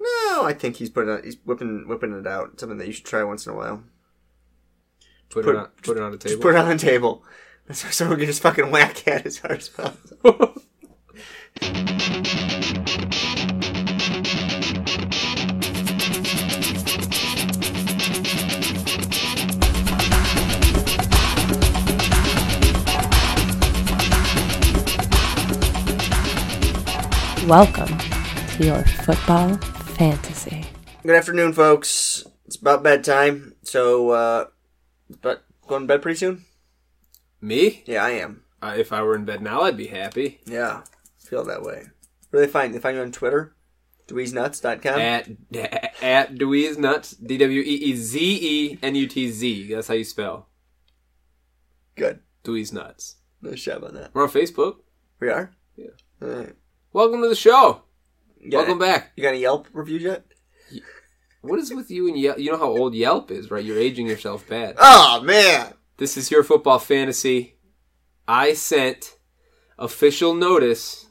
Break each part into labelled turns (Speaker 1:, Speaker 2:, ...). Speaker 1: No, I think he's putting out, he's whipping whipping it out. Something that you should try once in a while.
Speaker 2: Put,
Speaker 1: put-
Speaker 2: it on, put it on a
Speaker 1: Just
Speaker 2: table.
Speaker 1: put it on the table. So someone can just fucking whack at it as hard as possible.
Speaker 3: Welcome to your football fantasy.
Speaker 1: Good afternoon, folks. It's about bedtime, so uh, but going to bed pretty soon.
Speaker 2: Me?
Speaker 1: Yeah, I am.
Speaker 2: Uh, if I were in bed now, I'd be happy.
Speaker 1: Yeah, feel that way. Where do they find? They find you on Twitter, dweeznuts.com.
Speaker 2: At at Dweez Nuts. D W E E Z E N U T Z. That's how you spell
Speaker 1: Good.
Speaker 2: Dweez Nuts.
Speaker 1: No shit on that.
Speaker 2: We're on Facebook.
Speaker 1: We are.
Speaker 2: Yeah.
Speaker 1: All right.
Speaker 2: Welcome to the show.
Speaker 1: You got
Speaker 2: Welcome
Speaker 1: a-
Speaker 2: back.
Speaker 1: You got a Yelp review yet?
Speaker 2: What is with you and Yelp? You know how old Yelp is, right? You're aging yourself bad.
Speaker 1: Oh man.
Speaker 2: This is your football fantasy. I sent official notice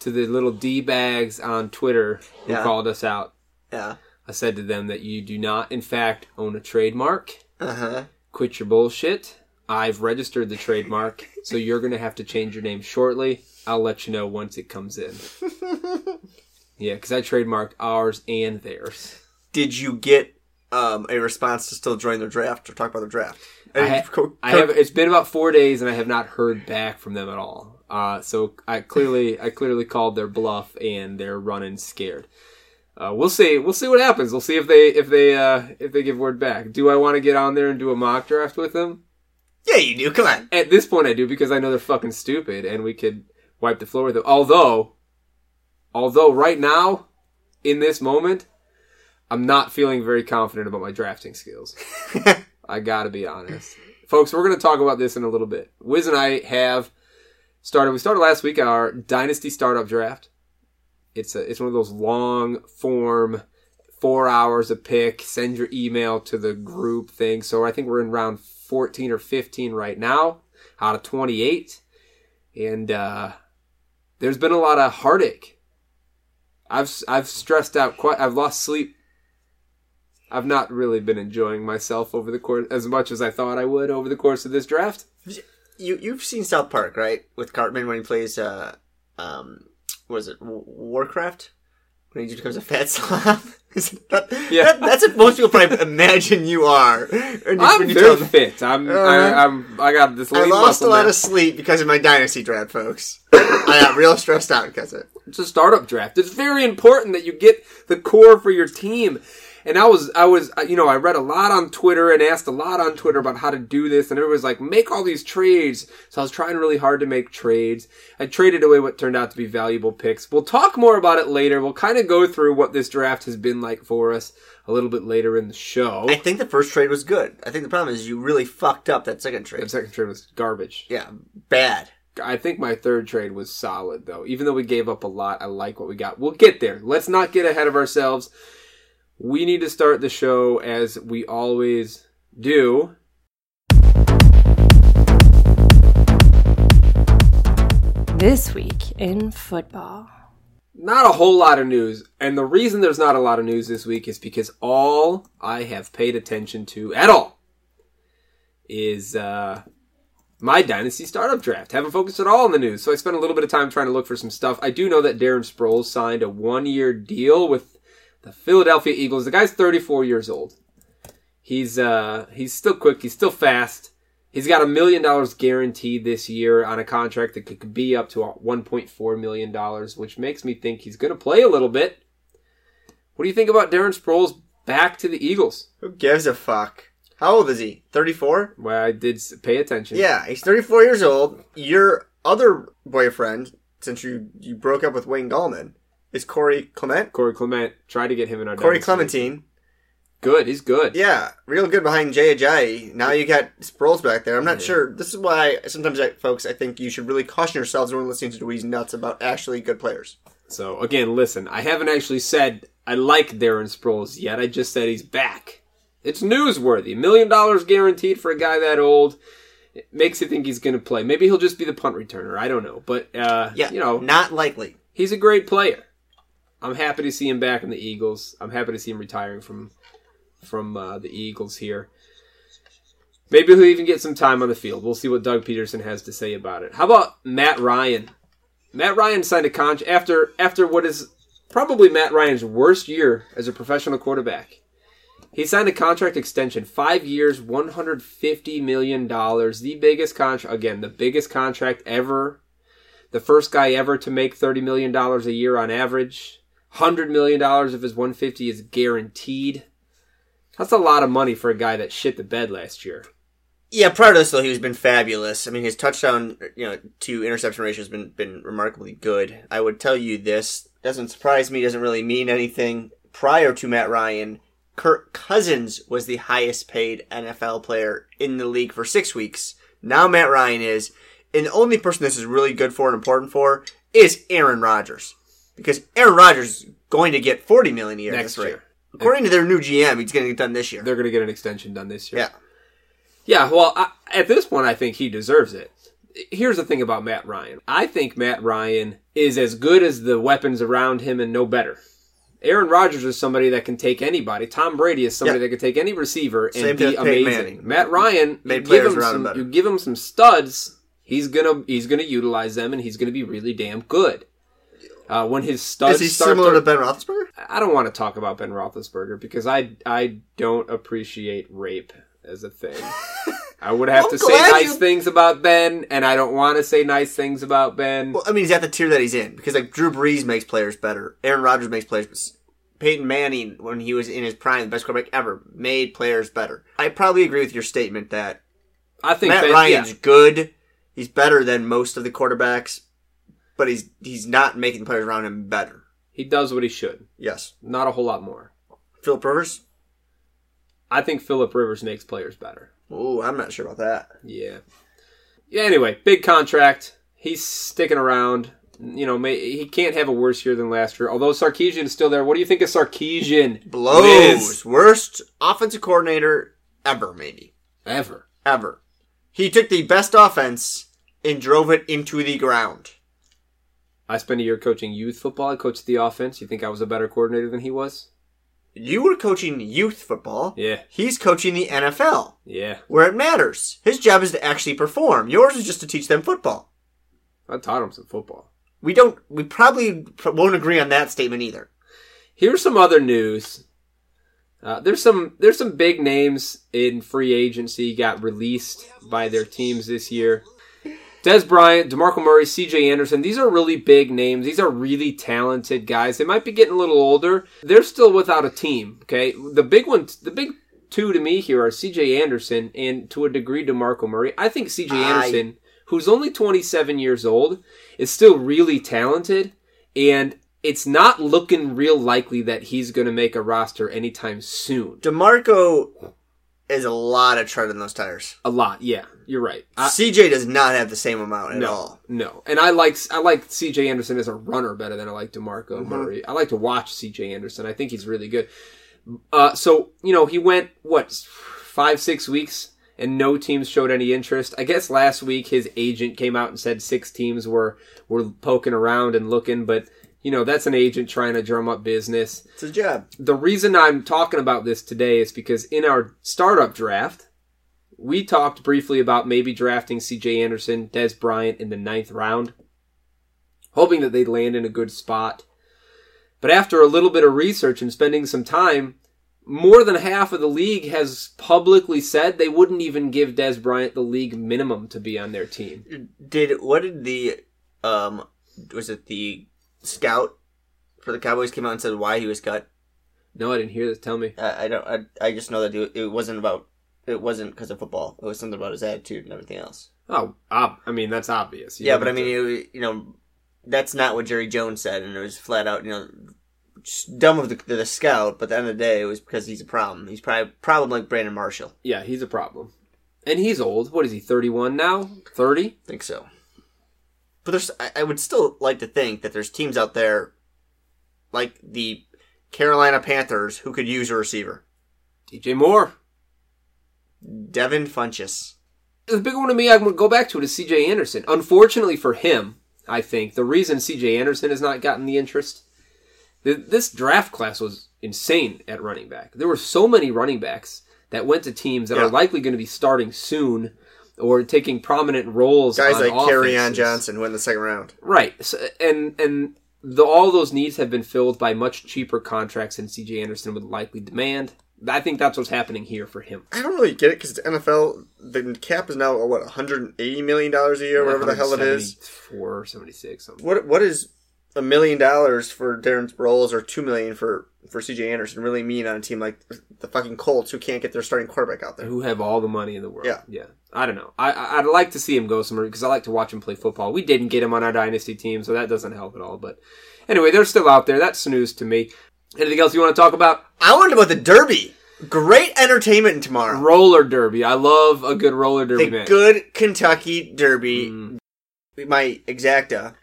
Speaker 2: to the little d bags on Twitter who
Speaker 1: Yeah.
Speaker 2: called us out.
Speaker 1: Yeah.
Speaker 2: I said to them that you do not, in fact, own a trademark.
Speaker 1: Uh huh.
Speaker 2: Quit your bullshit. I've registered the trademark, so you're going to have to change your name shortly. I'll let you know once it comes in. yeah, because I trademarked ours and theirs.
Speaker 1: Did you get um, a response to still join their draft or talk about their draft?
Speaker 2: I, ha- I have. It's been about four days, and I have not heard back from them at all. Uh, so I clearly, I clearly called their bluff, and they're running scared. Uh, we'll see. We'll see what happens. We'll see if they, if they, uh, if they give word back. Do I want to get on there and do a mock draft with them?
Speaker 1: Yeah, you do. Come on.
Speaker 2: At this point, I do because I know they're fucking stupid, and we could wipe the floor with them. Although, although right now, in this moment, I'm not feeling very confident about my drafting skills. I gotta be honest. Folks, we're gonna talk about this in a little bit. Wiz and I have started we started last week our Dynasty Startup Draft. It's a it's one of those long form four hours a pick, send your email to the group thing. So I think we're in round fourteen or fifteen right now, out of twenty eight. And uh there's been a lot of heartache. I've I've stressed out quite I've lost sleep I've not really been enjoying myself over the course as much as I thought I would over the course of this draft.
Speaker 1: You you've seen South Park, right? With Cartman when he plays uh um was it W- Warcraft when he just becomes a fat slob. Is it not-
Speaker 2: Yeah.
Speaker 1: that- that's what most people probably imagine you are. When you-
Speaker 2: I'm
Speaker 1: when you tell
Speaker 2: very
Speaker 1: them,
Speaker 2: fit. I'm,
Speaker 1: Alright.
Speaker 2: I, I'm I got this.
Speaker 1: I
Speaker 2: lean
Speaker 1: lost a
Speaker 2: muscle
Speaker 1: lot
Speaker 2: now.
Speaker 1: of sleep because of my dynasty draft, folks. I got real stressed out because of it.
Speaker 2: it's a startup draft. It's very important that you get the core for your team. And I was, I was, you know, I read a lot on Twitter and asked a lot on Twitter about how to do this, and everyone was like, make all these trades. So I was trying really hard to make trades. I traded away what turned out to be valuable picks. We'll talk more about it later. We'll kind of go through what this draft has been like for us a little bit later in the show.
Speaker 1: I think the first trade was good. I think the problem is you really fucked up that second trade.
Speaker 2: The second trade was garbage.
Speaker 1: Yeah, bad.
Speaker 2: I think my third trade was solid though. Even though we gave up a lot, I like what we got. We'll get there. Let's not get ahead of ourselves. We need to start the show as we always do.
Speaker 3: This week in football.
Speaker 2: Not a whole lot of news. And the reason there's not a lot of news this week is because all I have paid attention to at all is uh my dynasty startup draft. Haven't focused at all on the news, so I spent a little bit of time trying to look for some stuff. I do know that Darren Sproles signed a one-year deal with the Philadelphia Eagles. The guy's 34 years old. He's uh he's still quick. He's still fast. He's got a million dollars guaranteed this year on a contract that could be up to 1.4 million dollars, which makes me think he's going to play a little bit. What do you think about Darren Sproles back to the Eagles?
Speaker 1: Who gives a fuck? How old is he? 34?
Speaker 2: Well, I did s- pay attention.
Speaker 1: Yeah, he's 34 years old. Your other boyfriend, since you you broke up with Wayne Gallman, is Corey Clement.
Speaker 2: Corey Clement tried to get him in our
Speaker 1: Corey
Speaker 2: dynasty.
Speaker 1: Clementine.
Speaker 2: Good, he's good.
Speaker 1: Yeah, real good behind Jay Ajayi. Now you got Sproles back there. I'm not sure. This is why sometimes, I, folks, I think you should really caution yourselves when listening to Dewey's Nuts about actually good players.
Speaker 2: So again, listen, I haven't actually said I like Darren Sproles yet. I just said he's back. It's newsworthy. Million dollars guaranteed for a guy that old. It makes you think he's going to play. Maybe he'll just be the punt returner. I don't know, but uh,
Speaker 1: Yeah,
Speaker 2: you know,
Speaker 1: not likely.
Speaker 2: he's a great player. I'm happy to see him back in the Eagles. I'm happy to see him retiring from from uh, the Eagles here. Maybe he'll even get some time on the field. We'll see what Doug Peterson has to say about it. How about Matt Ryan? Matt Ryan signed a contract after after what is probably Matt Ryan's worst year as a professional quarterback. He signed a contract extension, five years, one hundred fifty million dollars, the biggest contract again, the biggest contract ever. The first guy ever to make thirty million dollars a year on average. Hundred million dollars of his one fifty is guaranteed. That's a lot of money for a guy that shit the bed last year.
Speaker 1: Yeah, prior to this though, he's been fabulous. I mean, his touchdown, you know, to interception ratio has been been remarkably good. I would tell you this doesn't surprise me. Doesn't really mean anything. Prior to Matt Ryan, Kirk Cousins was the highest paid NFL player in the league for six weeks. Now Matt Ryan is, and the only person this is really good for and important for is Aaron Rodgers, because Aaron Rodgers is going to get forty million a year
Speaker 2: Next
Speaker 1: this rate.
Speaker 2: year.
Speaker 1: According to their new GM, he's going to get done this year.
Speaker 2: They're going to get an extension done this year.
Speaker 1: yeah.
Speaker 2: Yeah, well, I, at this point, I think he deserves it. Here's the thing about Matt Ryan. I think Matt Ryan is as good as the weapons around him and no better. Aaron Rodgers is somebody that can take anybody. Tom Brady is somebody
Speaker 1: Yeah.
Speaker 2: that can take any receiver and
Speaker 1: Same thing
Speaker 2: be
Speaker 1: with Peyton
Speaker 2: amazing.
Speaker 1: Manning.
Speaker 2: Matt Ryan,
Speaker 1: Made
Speaker 2: you give,
Speaker 1: players
Speaker 2: him
Speaker 1: around him
Speaker 2: some,
Speaker 1: better.
Speaker 2: you give him some studs, he's gonna he's gonna utilize them and he's gonna be really damn good. Uh, when his studs
Speaker 1: Is he
Speaker 2: start
Speaker 1: similar to
Speaker 2: to-
Speaker 1: Ben Roethlisberger?
Speaker 2: I don't want to talk about Ben Roethlisberger because I I don't appreciate rape as a thing. I would have
Speaker 1: I'm
Speaker 2: to say
Speaker 1: glad
Speaker 2: nice
Speaker 1: you-
Speaker 2: things about Ben, and I don't want to say nice things about Ben.
Speaker 1: Well, I mean, he's at the tier that he's in because like Drew Brees makes players better. Aaron Rodgers makes players. Peyton Manning, when he was in his prime, the best quarterback ever, made players better. I probably agree with your statement that
Speaker 2: I think
Speaker 1: Matt
Speaker 2: ben,
Speaker 1: Ryan's
Speaker 2: yeah.
Speaker 1: good. He's better than most of the quarterbacks, but he's he's not making the players around him better.
Speaker 2: he does what he should,
Speaker 1: Yes,
Speaker 2: not a whole lot more.
Speaker 1: Philip Rivers.
Speaker 2: I think Philip Rivers makes players better.
Speaker 1: Ooh, I'm not sure about that.
Speaker 2: Yeah. Yeah. Anyway, big contract. He's sticking around. You know, may, he can't have a worse year than last year. Although Sarkeesian is still there. What do you think of Sarkeesian?
Speaker 1: Blows
Speaker 2: Wiz?
Speaker 1: worst offensive coordinator ever, maybe.
Speaker 2: ever.
Speaker 1: ever. He took the best offense and drove it into the ground.
Speaker 2: I spent a year coaching youth football. I coached the offense. You think I was a better coordinator than he was?
Speaker 1: You were coaching youth football.
Speaker 2: Yeah.
Speaker 1: He's coaching the NFL,
Speaker 2: Yeah.
Speaker 1: where it matters. His job is to actually perform. Yours is just to teach them football.
Speaker 2: I taught him some football.
Speaker 1: We don't. We probably pr- won't agree on that statement either.
Speaker 2: Here's some other news. Uh, there's some there's some big names in free agency got released by their teams this year. Des Bryant, DeMarco Murray, CJ Anderson, these are really big names. These are really talented guys. They might be getting a little older. They're still without a team, okay? The big one the big two to me here are CJ Anderson and to a degree DeMarco Murray. I think CJ
Speaker 1: I-
Speaker 2: Anderson, who's only 27 years old, is still really talented and it's not looking real likely that he's going to make a roster anytime soon.
Speaker 1: Demarco is a lot of tread on those tires.
Speaker 2: A lot, yeah. You're right. I-
Speaker 1: CJ does not have the same amount at
Speaker 2: no,
Speaker 1: all.
Speaker 2: No, and I like I like C.J. Anderson as a runner better than I like Demarco
Speaker 1: Mm-hmm.
Speaker 2: Murray. I like to watch C.J. Anderson. I think he's really good. Uh, so you know he went what five six weeks and no teams showed any interest. I guess last week his agent came out and said six teams were were poking around and looking, but you know that's an agent trying to drum up business
Speaker 1: It's his job.
Speaker 2: the reason I'm talking about this today is because in our startup draft, we talked briefly about maybe drafting CJ Anderson, Des Bryant in the ninth round, hoping that they'd land in a good spot. But after a little bit of research and spending some time, more than half of the league has publicly said they wouldn't even give Des Bryant the league minimum to be on their team.
Speaker 1: Did what did the um was it the scout for the Cowboys came out and said why he was cut?
Speaker 2: No, I didn't hear this. Tell me.
Speaker 1: I I don't. I, I just know that it, it wasn't about. It wasn't because of football. It was something about his attitude and everything else.
Speaker 2: Oh, ob- I mean that's obvious. You
Speaker 1: yeah,
Speaker 2: don't
Speaker 1: but I
Speaker 2: have
Speaker 1: mean,
Speaker 2: to-
Speaker 1: it, you know, that's not what Jerry Jones said, and it was flat out, you know, just dumb of the, the scout. But at the end of the day, it was because he's a problem. He's probably problem like Brandon Marshall.
Speaker 2: Yeah, he's a problem. And he's old. What is he, 31 now? 30?
Speaker 1: I think so. But there's, I, I would still like to think that there's teams out there, like the Carolina Panthers, who could use a receiver.
Speaker 2: DJ Moore.
Speaker 1: Devin Funches.
Speaker 2: The big one to me, I'm going to go back to it, is CJ Anderson. Unfortunately for him, I think, the reason CJ Anderson has not gotten the interest Th- This draft class was insane at running back. There were so many running backs that went to teams that
Speaker 1: Yeah.
Speaker 2: are likely going to be starting soon or taking prominent roles.
Speaker 1: Guys
Speaker 2: on
Speaker 1: like Carryon
Speaker 2: offenses.
Speaker 1: Johnson went in the second round.
Speaker 2: Right. So, and and the, all those needs have been filled by much cheaper contracts than CJ Anderson would likely demand. I think that's what's happening here for him.
Speaker 1: I don't really get it because the NFL, the cap is now what 180 million dollars a year, whatever the hell it is.
Speaker 2: 74 or 76 something.
Speaker 1: What what is a million dollars for Darren Sproles or two million for for CJ Anderson really mean on a team like the fucking Colts who can't get their starting quarterback out there?
Speaker 2: who have all the money in the world.
Speaker 1: Yeah.
Speaker 2: yeah. I don't know. I, I I'd like to see him go somewhere because I like to watch him play football. We didn't get him on our dynasty team, so that doesn't help at all. But anyway, they're still out there. That's news to me. Anything else you want to talk about?
Speaker 1: I wanted about the Derby. Great entertainment tomorrow.
Speaker 2: Roller derby. I love a good roller derby
Speaker 1: The
Speaker 2: match.
Speaker 1: good Kentucky Derby.
Speaker 2: Mm-hmm.
Speaker 1: My exacta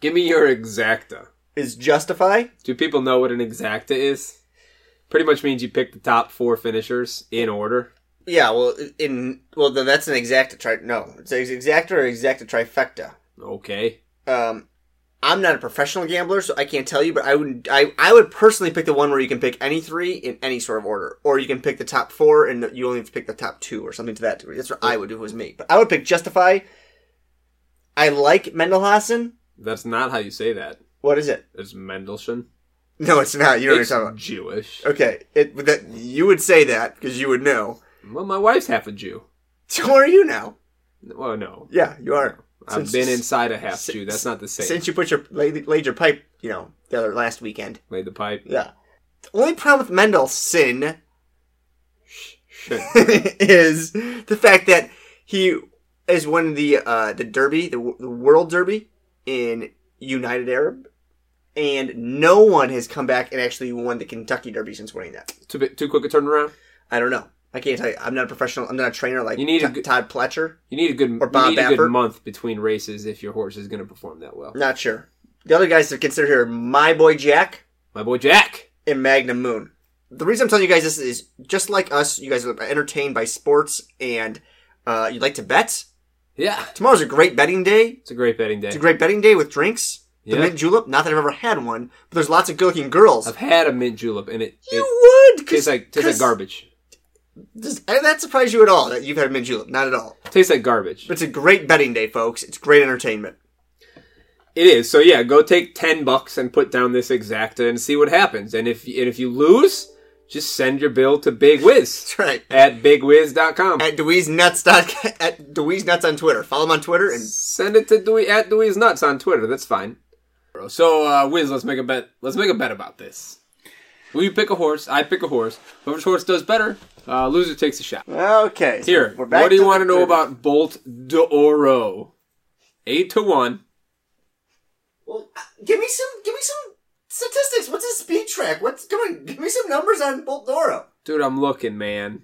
Speaker 2: Give me your exacta.
Speaker 1: is justify.
Speaker 2: Do people know what an exacta is? Pretty much means you pick the top four finishers in order.
Speaker 1: Yeah, well, in well, then that's an exacta. Tri- no, it's an exacta or exacta trifecta.
Speaker 2: Okay.
Speaker 1: um, I'm not a professional gambler, so I can't tell you, but I would I, I would personally pick the one where you can pick any three in any sort of order, or you can pick the top four and you only have to pick the top two or something to that degree. That's what I would do if it was me. But I would pick Justify. I like Mendelhausen.
Speaker 2: That's not how you say that.
Speaker 1: What is it?
Speaker 2: It's Mendelssohn.
Speaker 1: No, it's not. You don't
Speaker 2: It's
Speaker 1: understand.
Speaker 2: Jewish.
Speaker 1: Okay, it but that you would say that because you would know.
Speaker 2: Well, my wife's half a Jew.
Speaker 1: So are you now?
Speaker 2: Well, no,
Speaker 1: Yeah, you are.
Speaker 2: I've
Speaker 1: Since-
Speaker 2: been inside a half
Speaker 1: since-
Speaker 2: Jew. That's not the same.
Speaker 1: since you put your laid, laid your pipe. You know, the other last weekend.
Speaker 2: Laid the pipe.
Speaker 1: Yeah. The only problem with Mendelsohn
Speaker 2: Shit.
Speaker 1: is the fact that he has won the uh, the Derby, the, w- the World Derby in United Arab, and no one has come back and actually won the Kentucky Derby since winning that.
Speaker 2: too bit, too quick a turnaround.
Speaker 1: I don't know. I can't tell you. I'm not a professional. I'm not a trainer like
Speaker 2: You need a
Speaker 1: T-
Speaker 2: good-
Speaker 1: Todd Pletcher.
Speaker 2: You need a good
Speaker 1: Or Bob
Speaker 2: you need a
Speaker 1: Baffert.
Speaker 2: good month between races if your horse is going to perform that well.
Speaker 1: Not sure. The other guys to consider here are my boy Jack
Speaker 2: My boy Jack.
Speaker 1: and Magnum Moon. The reason I'm telling you guys this is just like us, you guys are entertained by sports and uh, you like to bet.
Speaker 2: Yeah,
Speaker 1: Tomorrow's a great betting day.
Speaker 2: it's a great betting day.
Speaker 1: It's a great betting day with drinks. The
Speaker 2: Yeah.
Speaker 1: mint julep. Not that I've ever had one, but there's lots of good-looking girls.
Speaker 2: I've had a mint julep and it, it
Speaker 1: you would. 'cause-
Speaker 2: tastes like tastes like
Speaker 1: 'cause-
Speaker 2: garbage.
Speaker 1: Does, and that surprised you at all that you've had a mint julep? Not at all.
Speaker 2: Tastes like garbage.
Speaker 1: But it's a great betting day, folks. It's great entertainment.
Speaker 2: It is. So yeah, go take ten bucks and put down this exacta and see what happens. And if and if you lose, just send your bill to Big Wiz
Speaker 1: That's right.
Speaker 2: at bigwiz.com.
Speaker 1: At Dewey's Nuts. At Dewey's Nuts on Twitter. Follow him on Twitter and
Speaker 2: Send it to Dewey at Dewey's Nuts on Twitter. That's fine. So, uh, Wiz, let's make a bet. Let's make a bet about this. We pick a horse. I pick a horse. Whoever's horse does better, uh, loser takes a shot.
Speaker 1: okay. so
Speaker 2: Here,
Speaker 1: we're back
Speaker 2: what do you
Speaker 1: the
Speaker 2: want to know
Speaker 1: Derby.
Speaker 2: about Bolt D'Oro? Eight to one.
Speaker 1: Well, uh, give me some. Give me some statistics. What's his speed track? What's going? Give me some numbers on Bolt Doro.
Speaker 2: Dude, I'm looking, man.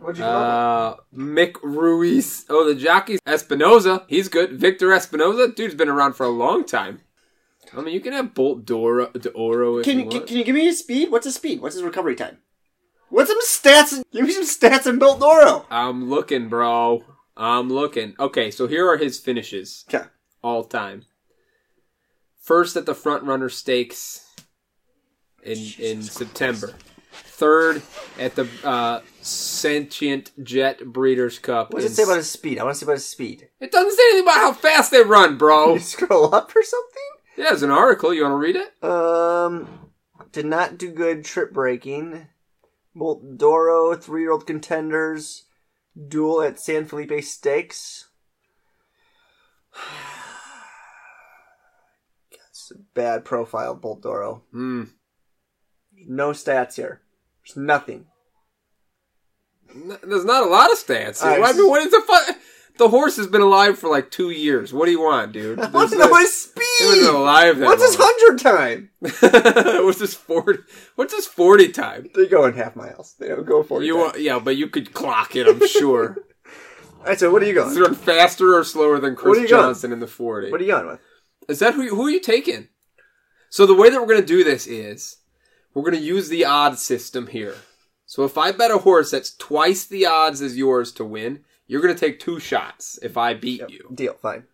Speaker 1: What'd you
Speaker 2: Uh, Mick Ruiz. Oh, the jockey Espinoza. He's good. Victor Espinoza. Dude's been around for a long time. I mean, you can have Bolt D'Oro. D'Oro if
Speaker 1: Can
Speaker 2: you
Speaker 1: you can,
Speaker 2: want.
Speaker 1: can you give me his speed? What's his speed? What's his recovery time? What's some stats? Give me some stats on Bill Doro.
Speaker 2: I'm looking, bro. I'm looking. Okay, so here are his finishes
Speaker 1: Okay.
Speaker 2: all time. First at the front runner stakes in in September. Third at the uh, Sentient Jet Breeders Cup.
Speaker 1: What
Speaker 2: in
Speaker 1: does it say about his speed? I want to say about his speed.
Speaker 2: it doesn't say anything about how fast they run, bro.
Speaker 1: Did you scroll up or something?
Speaker 2: yeah, it's an article. You want to read it?
Speaker 1: Um, did not do good trip breaking. Bolt Doro, three year old contenders. Duel at San Felipe Stakes. That's a bad profile, Bolt Doro.
Speaker 2: Hmm.
Speaker 1: No stats here. There's nothing.
Speaker 2: N- There's not a lot of stats.
Speaker 1: All
Speaker 2: Here.
Speaker 1: right.
Speaker 2: I mean, what is the fu- The horse has been alive for like two years. What do you want, dude?
Speaker 1: I want to
Speaker 2: There's-
Speaker 1: know his
Speaker 2: He was
Speaker 1: speed.
Speaker 2: alive that
Speaker 1: What's his
Speaker 2: long.
Speaker 1: hundred time?
Speaker 2: what's his forty? What's his forty time?
Speaker 1: They go in half miles. They don't go forty.
Speaker 2: You
Speaker 1: times.
Speaker 2: want, yeah, but you could clock it. I'm sure.
Speaker 1: All right, so what are you
Speaker 2: Does
Speaker 1: going?
Speaker 2: he run faster or slower than
Speaker 1: What are
Speaker 2: Chris
Speaker 1: you going?
Speaker 2: Johnson in the forty?
Speaker 1: What are you going with?
Speaker 2: Is that who? you- Who are you taking? So the way that we're going to do this is we're going to use the odds system here. So if I bet a horse that's twice the odds as yours to win, you're going to take two shots if I beat you.
Speaker 1: Deal. Fine.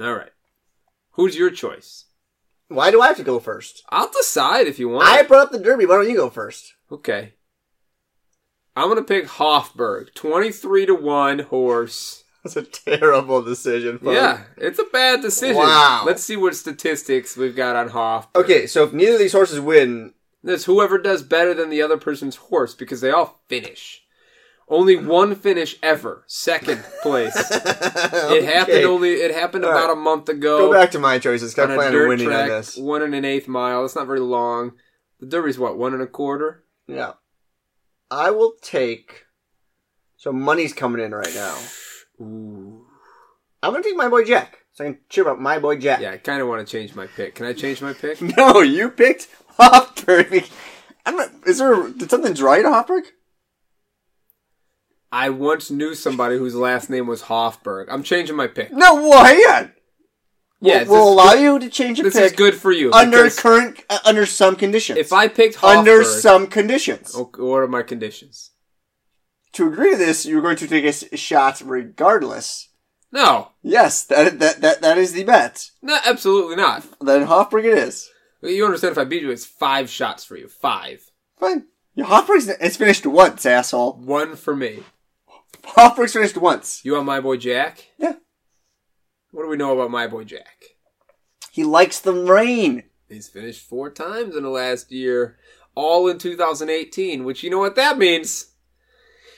Speaker 2: All right. Who's your choice?
Speaker 1: Why do I have to go first?
Speaker 2: I'll decide if you want.
Speaker 1: I brought up the Derby. Why don't you go first?
Speaker 2: Okay. I'm gonna pick Hoffberg, twenty-three to one horse.
Speaker 1: That's a terrible decision. Fung.
Speaker 2: Yeah, it's a bad decision.
Speaker 1: Wow.
Speaker 2: Let's see what statistics we've got on Hoff.
Speaker 1: Okay, so if neither of these horses win,
Speaker 2: That's whoever does better than the other person's horse because they all finish. Only one finish ever, second place. It happened only. It happened
Speaker 1: All
Speaker 2: about
Speaker 1: right.
Speaker 2: a month ago.
Speaker 1: Go back to my choices. 'cause
Speaker 2: on
Speaker 1: I
Speaker 2: a
Speaker 1: plan on
Speaker 2: dirt
Speaker 1: winning
Speaker 2: track,
Speaker 1: on this.
Speaker 2: one and an eighth mile. It's not very long. The Derby's what one and a quarter.
Speaker 1: Yeah. I will take. So money's coming in right now.
Speaker 2: Ooh.
Speaker 1: I'm gonna take my boy Jack. So I can cheer about my boy Jack.
Speaker 2: Yeah, I kind of want to change my pick. Can I change my pick?
Speaker 1: No, you picked Hopper. I'm not, is there did something dry to Hopper?
Speaker 2: I once knew somebody whose last name was Hoffberg. I'm changing my pick.
Speaker 1: No, well, hang on.
Speaker 2: Yeah,
Speaker 1: we'll, we'll
Speaker 2: this,
Speaker 1: allow you to change your
Speaker 2: this
Speaker 1: pick
Speaker 2: is good for you.
Speaker 1: under
Speaker 2: because
Speaker 1: current uh, under some conditions.
Speaker 2: if I picked Hoffberg,
Speaker 1: under some conditions.
Speaker 2: Okay, what are my conditions?
Speaker 1: To agree to this, you're going to take a s- shot regardless.
Speaker 2: No,
Speaker 1: Yes, that that that, that is the bet.
Speaker 2: no, absolutely not.
Speaker 1: Then Hopper it is.
Speaker 2: You understand if I beat you, it's five shots for you. Five.
Speaker 1: Fine. Your Hopper's it's finished once, asshole.
Speaker 2: One for me.
Speaker 1: Hopper's finished once.
Speaker 2: You want my boy Jack?
Speaker 1: Yeah.
Speaker 2: What do we know about my boy Jack?
Speaker 1: He likes the rain.
Speaker 2: He's finished four times in the last year, all in 2018, which you know what that means.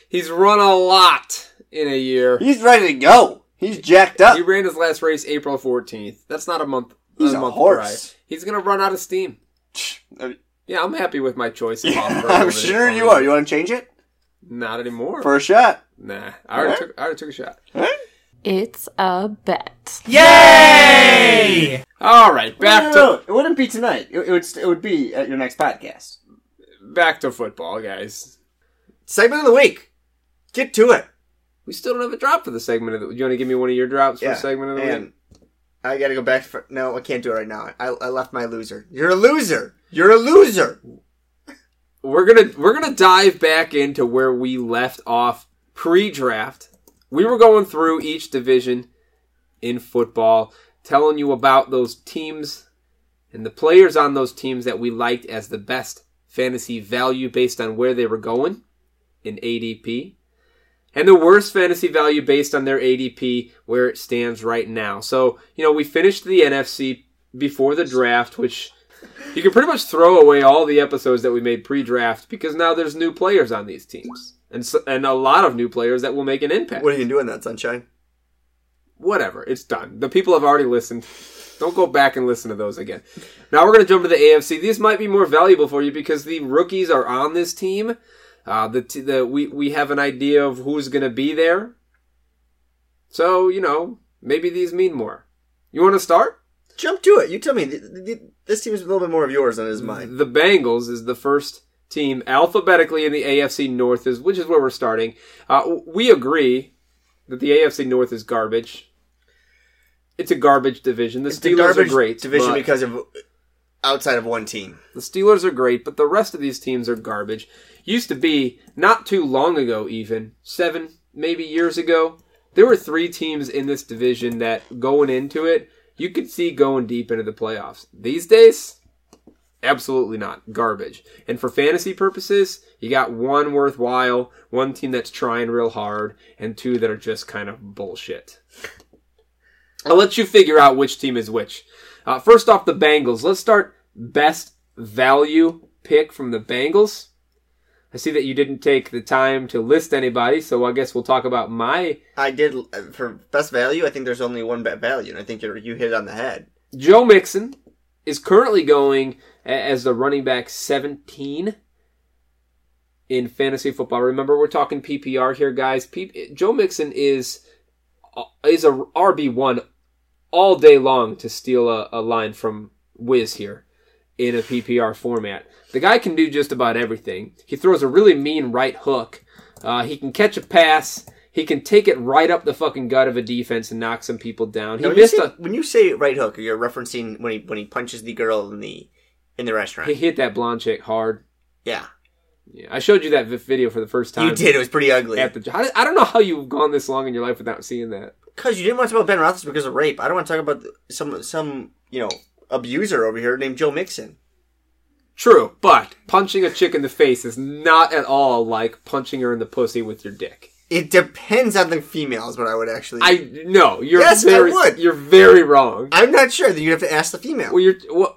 Speaker 2: He's run a lot in a year.
Speaker 1: He's ready to go. He's jacked up.
Speaker 2: He ran his last race April 14th. That's not a month.
Speaker 1: He's a
Speaker 2: month
Speaker 1: horse.
Speaker 2: dry. He's gonna run out of steam. Yeah, I'm happy with my choice. of Hofberg
Speaker 1: I'm
Speaker 2: over
Speaker 1: sure
Speaker 2: Daytona.
Speaker 1: you are. You want to change it
Speaker 2: Not anymore.
Speaker 1: for a shot?
Speaker 2: nah, I already,
Speaker 1: Alright.
Speaker 2: took, I already took a shot.
Speaker 3: It's a bet.
Speaker 1: Yay!
Speaker 2: All right,
Speaker 1: Back
Speaker 2: back to
Speaker 1: it wouldn't be tonight. It, it would. It would be at your next podcast.
Speaker 2: back to football, guys.
Speaker 1: Segment of the week. Get to it.
Speaker 2: We still don't have a drop for the segment of the. You want to give me one of your drops for
Speaker 1: Yeah.
Speaker 2: the segment of the
Speaker 1: and
Speaker 2: week?
Speaker 1: I gotta go back. For, no, I can't do it right now. I, I left my loser. You're a loser. You're a loser.
Speaker 2: we're gonna we're gonna dive back into where we left off pre-draft. We were going through each division in football, telling you about those teams and the players on those teams that we liked as the best fantasy value based on where they were going in ADP, and the worst fantasy value based on their ADP where it stands right now. So you know we finished the NFC before the draft, which you can pretty much throw away all the episodes that we made pre-draft because now there's new players on these teams, and so, and a lot of new players that will make an impact.
Speaker 1: What are you doing that sunshine?
Speaker 2: Whatever, it's done. The people have already listened. Don't go back and listen to those again. Now we're going to jump to the AFC. These might be more valuable for you because the rookies are on this team. Uh, the t- the we we have an idea of who's going to be there. So you know maybe these mean more. You want to start?
Speaker 1: Jump to it. You tell me. Th- th- th- This team is a little bit more of yours than it is mine.
Speaker 2: The Bengals is the first team alphabetically in the AFC North is which is where we're starting. Uh, w- we agree that the AFC North is garbage. It's a garbage division. The
Speaker 1: The
Speaker 2: Steelers are great
Speaker 1: division
Speaker 2: but-
Speaker 1: because of outside of one team.
Speaker 2: the Steelers are great, but the rest of these teams are garbage. Used to be not too long ago, even seven maybe years ago, there were three teams in this division that going into it you could see going deep into the playoffs. These days, absolutely not garbage. And for fantasy purposes, you got one worthwhile, one team that's trying real hard, and two that are just kind of bullshit. I'll let you figure out which team is which. Uh, first off, the Bengals. Let's start best value pick from the Bengals. I see that you didn't take the time to list anybody, so I guess we'll talk about my
Speaker 1: I did uh, for best value. I think there's only one bet value, and I think you're, you hit it on the head.
Speaker 2: Joe Mixon is currently going a- as the running back 17 in fantasy football. Remember, we're talking PPR here, guys. P- Joe Mixon is uh, is a RB one all day long to steal a, a line from Wiz here in a PPR format. The guy can do just about everything. He throws a really mean right hook. Uh, he can catch a pass. He can take it right up the fucking gut of a defense and knock some people down. He
Speaker 1: Now, when, you
Speaker 2: missed
Speaker 1: say,
Speaker 2: a
Speaker 1: when you say right hook, you're referencing when he when he punches the girl in the in the restaurant.
Speaker 2: He hit that blonde chick hard.
Speaker 1: yeah,
Speaker 2: Yeah, I showed you that vi- video for the first time.
Speaker 1: you did. It was pretty ugly.
Speaker 2: At the, how did- I don't know how you've gone this long in your life without seeing that.
Speaker 1: Because you didn't want to talk about Ben Roethlisberger because of rape. I don't want to talk about the- some some you know abuser over here named Joe Mixon.
Speaker 2: True, but punching a chick in the face is not at all like punching her in the pussy with your dick.
Speaker 1: It depends on the females, but I would actually.
Speaker 2: I no, you're
Speaker 1: Yes, I
Speaker 2: very,
Speaker 1: would.
Speaker 2: You're very wrong.
Speaker 1: I'm not sure. Then you'd have to ask the female.
Speaker 2: Well, you're wha-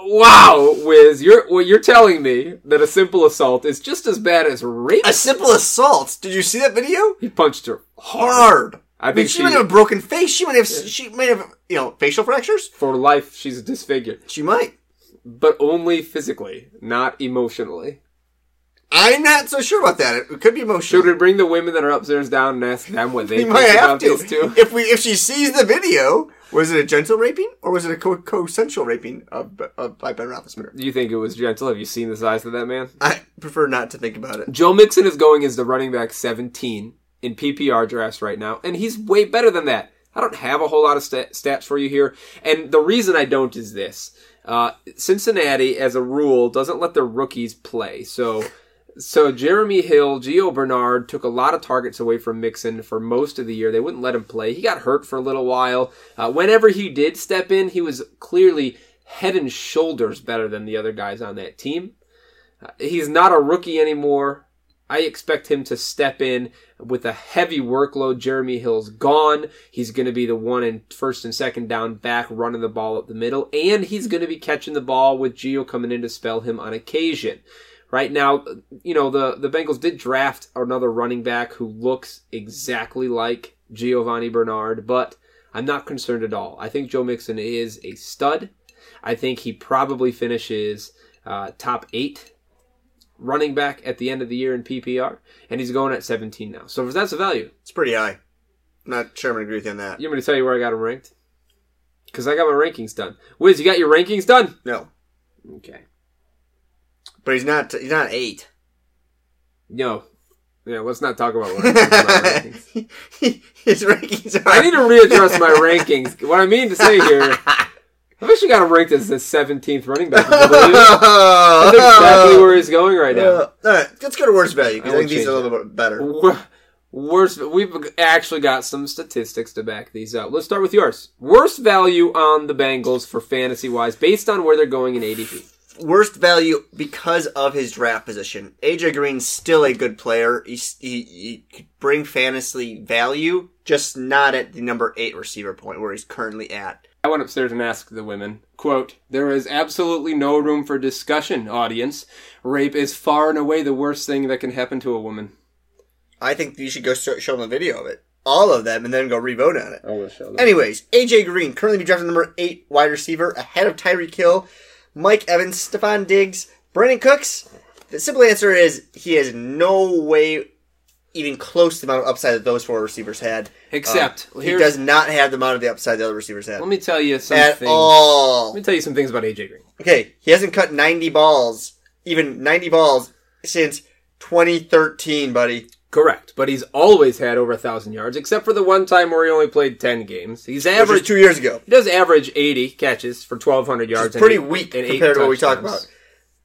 Speaker 2: wow, Wiz. You're well, you're telling me that a simple assault is just as bad as rape.
Speaker 1: a simple assault. Did you see that video?
Speaker 2: he punched her hard
Speaker 1: Hard.
Speaker 2: I
Speaker 1: mean,
Speaker 2: think
Speaker 1: she,
Speaker 2: she-
Speaker 1: might have a broken face. She might have. She might have. You know, facial fractures.
Speaker 2: for life. She's disfigured,
Speaker 1: She might.
Speaker 2: but only physically, not emotionally.
Speaker 1: I'm not so sure about that. It could be emotional.
Speaker 2: Should we bring the women that are upstairs down and ask them what they
Speaker 1: we
Speaker 2: think
Speaker 1: might have
Speaker 2: about
Speaker 1: to.
Speaker 2: these two?
Speaker 1: If we, if she sees the video, was it a gentle raping or was it a co- consensual raping of, of by Ben Roethlisberger?
Speaker 2: Do you think it was gentle? Have you seen the size of that man?
Speaker 1: I prefer not to think about it.
Speaker 2: Joe Mixon is going as the running back 17 in PPR drafts right now, and he's way better than that. I don't have a whole lot of stat- stats for you here, and the reason I don't is this: uh, Cincinnati, as a rule, doesn't let their rookies play. So, so Jeremy Hill, Gio Bernard took a lot of targets away from Mixon for most of the year. They wouldn't let him play. He got hurt for a little while. Uh, whenever he did step in, he was clearly head and shoulders better than the other guys on that team he's not a rookie anymore. I expect him to step in with a heavy workload. Jeremy Hill's gone. He's going to be the one in first and second down back running the ball up the middle. And he's going to be catching the ball with Gio coming in to spell him on occasion. Right now, you know, the, the Bengals did draft another running back who looks exactly like Giovanni Bernard, but I'm not concerned at all. I think Joe Mixon is a stud. I think he probably finishes uh, top eight running back at the end of the year in PPR, and he's going at 17 now. So if that's a value.
Speaker 1: It's pretty high. I'm not sure I'm gonna agree with you on that.
Speaker 2: You want me to tell you where I got him ranked? Because I got my rankings done. Wiz, you got your rankings done?
Speaker 1: No,
Speaker 2: Okay.
Speaker 1: but he's not. He's not eight.
Speaker 2: No. Yeah, let's not talk about what I think about my rankings.
Speaker 1: His rankings are.
Speaker 2: I need to readjust my rankings. What I mean to say here, I've actually got him ranked as the 17th running back. Can you believe it? That's exactly where he's going right now.
Speaker 1: Uh, all right, let's go to worst value because
Speaker 2: I
Speaker 1: I,
Speaker 2: will
Speaker 1: think these
Speaker 2: change
Speaker 1: are a little bit better.
Speaker 2: Wor- Worst, we've actually got some statistics to back these up. Let's start with yours. Worst value on the Bengals for fantasy wise, based on where they're going in ADP.
Speaker 1: Worst value because of his draft position. AJ Green's still a good player. He's, he he could bring fantasy value, just not at the number eight receiver point where he's currently at.
Speaker 2: I went upstairs and asked the women, quote, There is absolutely no room for discussion, audience. Rape is far and away the worst thing that can happen to a woman.
Speaker 1: I think you should go start, show them a video of it, all of them, and then go revote on it.
Speaker 2: I will show them.
Speaker 1: Anyways, AJ Green currently be drafted number eight wide receiver ahead of Tyreek Hill, Mike Evans, Stephon Diggs, Brandon Cooks. The simple answer is he has no way even close to the amount of upside that those four receivers had.
Speaker 2: Except,
Speaker 1: Uh, he
Speaker 2: here's-
Speaker 1: does not have the amount of the upside the other receivers had
Speaker 2: let me tell you some
Speaker 1: at
Speaker 2: things.
Speaker 1: all.
Speaker 2: Let me tell you some things about AJ Green.
Speaker 1: Okay, he hasn't cut ninety balls, even ninety balls since 2013, buddy.
Speaker 2: Correct, but he's always had over a thousand yards, except for the one time where he only played ten games. He's
Speaker 1: Which was
Speaker 2: averaged
Speaker 1: two years ago.
Speaker 2: He does average 80 catches for 1,200 yards.
Speaker 1: It's pretty
Speaker 2: and eight-
Speaker 1: weak
Speaker 2: and eight
Speaker 1: compared to what we talk
Speaker 2: touchdowns.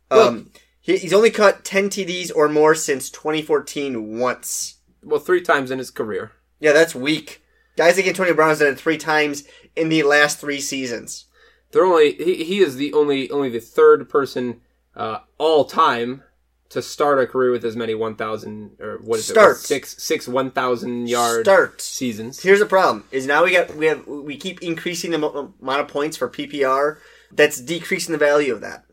Speaker 1: about. Um, he, he's only caught 10 TDs or more since 2014 once.
Speaker 2: Well, three times in his career.
Speaker 1: Yeah, that's weak. Guys like Antonio Brown's done it three times in the last three seasons.
Speaker 2: They're only he, he is the only only the third person uh, all time to start a career with as many 1,000 or what is it?
Speaker 1: Starts.
Speaker 2: Six six 1,000 yard
Speaker 1: Starts.
Speaker 2: seasons.
Speaker 1: Here's the problem: is now we got we have we keep increasing the mo- amount of points for PPR. That's decreasing the value of that.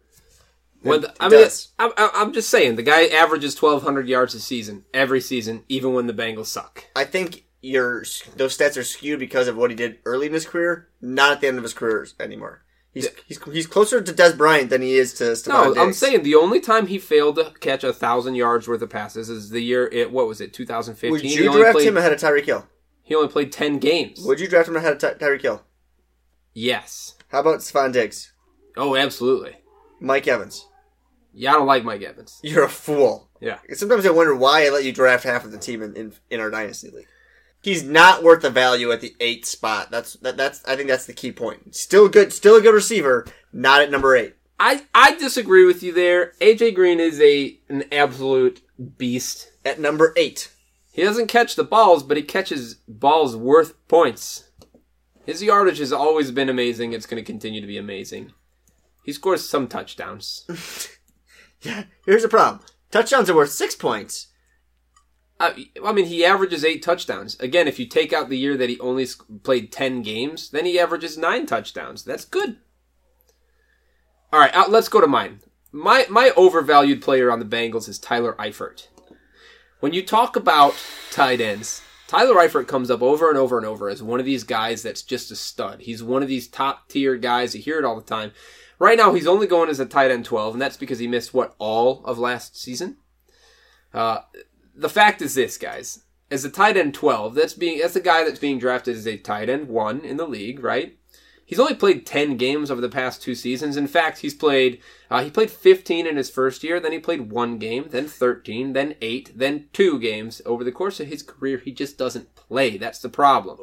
Speaker 2: When the- I
Speaker 1: it
Speaker 2: mean,
Speaker 1: does.
Speaker 2: I'm, I'm I'm just saying the guy averages 1,200 yards a season every season, even when the Bengals suck.
Speaker 1: I think your those stats are skewed because of what he did early in his career, not at the end of his career anymore. He's he's, he's closer to Des Bryant than he is to Stephon
Speaker 2: No, I'm
Speaker 1: Diggs.
Speaker 2: saying the only time he failed to catch a thousand yards worth of passes is the year it what was it 2015.
Speaker 1: Would
Speaker 2: He
Speaker 1: you
Speaker 2: only
Speaker 1: draft
Speaker 2: played-
Speaker 1: him ahead of Tyreek Hill?
Speaker 2: He only played 10 games.
Speaker 1: Would you draft him ahead of Ty- Tyreek Hill?
Speaker 2: Yes.
Speaker 1: How about Stephon Diggs?
Speaker 2: Oh, absolutely.
Speaker 1: Mike Evans?
Speaker 2: Yeah, I don't like Mike Evans.
Speaker 1: You're a fool.
Speaker 2: Yeah.
Speaker 1: Sometimes I wonder why I let you draft half of the team in, in, in our dynasty league. He's not worth the value at the eight spot. That's that, that's I think that's the key point. Still good, still a good receiver, not at number eight.
Speaker 2: I, I disagree with you there. AJ Green is a an absolute beast.
Speaker 1: At number eight,
Speaker 2: He doesn't catch the balls, but he catches balls worth points. His yardage has always been amazing. It's going to continue to be amazing. He scores some touchdowns.
Speaker 1: Here's the problem: touchdowns are worth six points.
Speaker 2: I, I mean, he averages eight touchdowns. Again, if you take out the year that he only sc- played 10 games, then he averages nine touchdowns. That's good. All right, uh, let's go to mine. My, my overvalued player on the Bengals is Tyler Eifert. When you talk about tight ends, Tyler Eifert comes up over and over and over as one of these guys that's just a stud. He's one of these top tier guys. You hear it all the time. Right now, he's only going as a tight end 12, and that's because he missed, what, all of last season? Uh, the fact is this, guys. As a tight end twelve, that's being that's the guy that's being drafted as a tight end one in the league, right? He's only played ten games over the past two seasons. In fact, he's played uh, he played fifteen in his first year, then he played one game, then thirteen, then eight, then two games over the course of his career. He just doesn't play. That's the problem.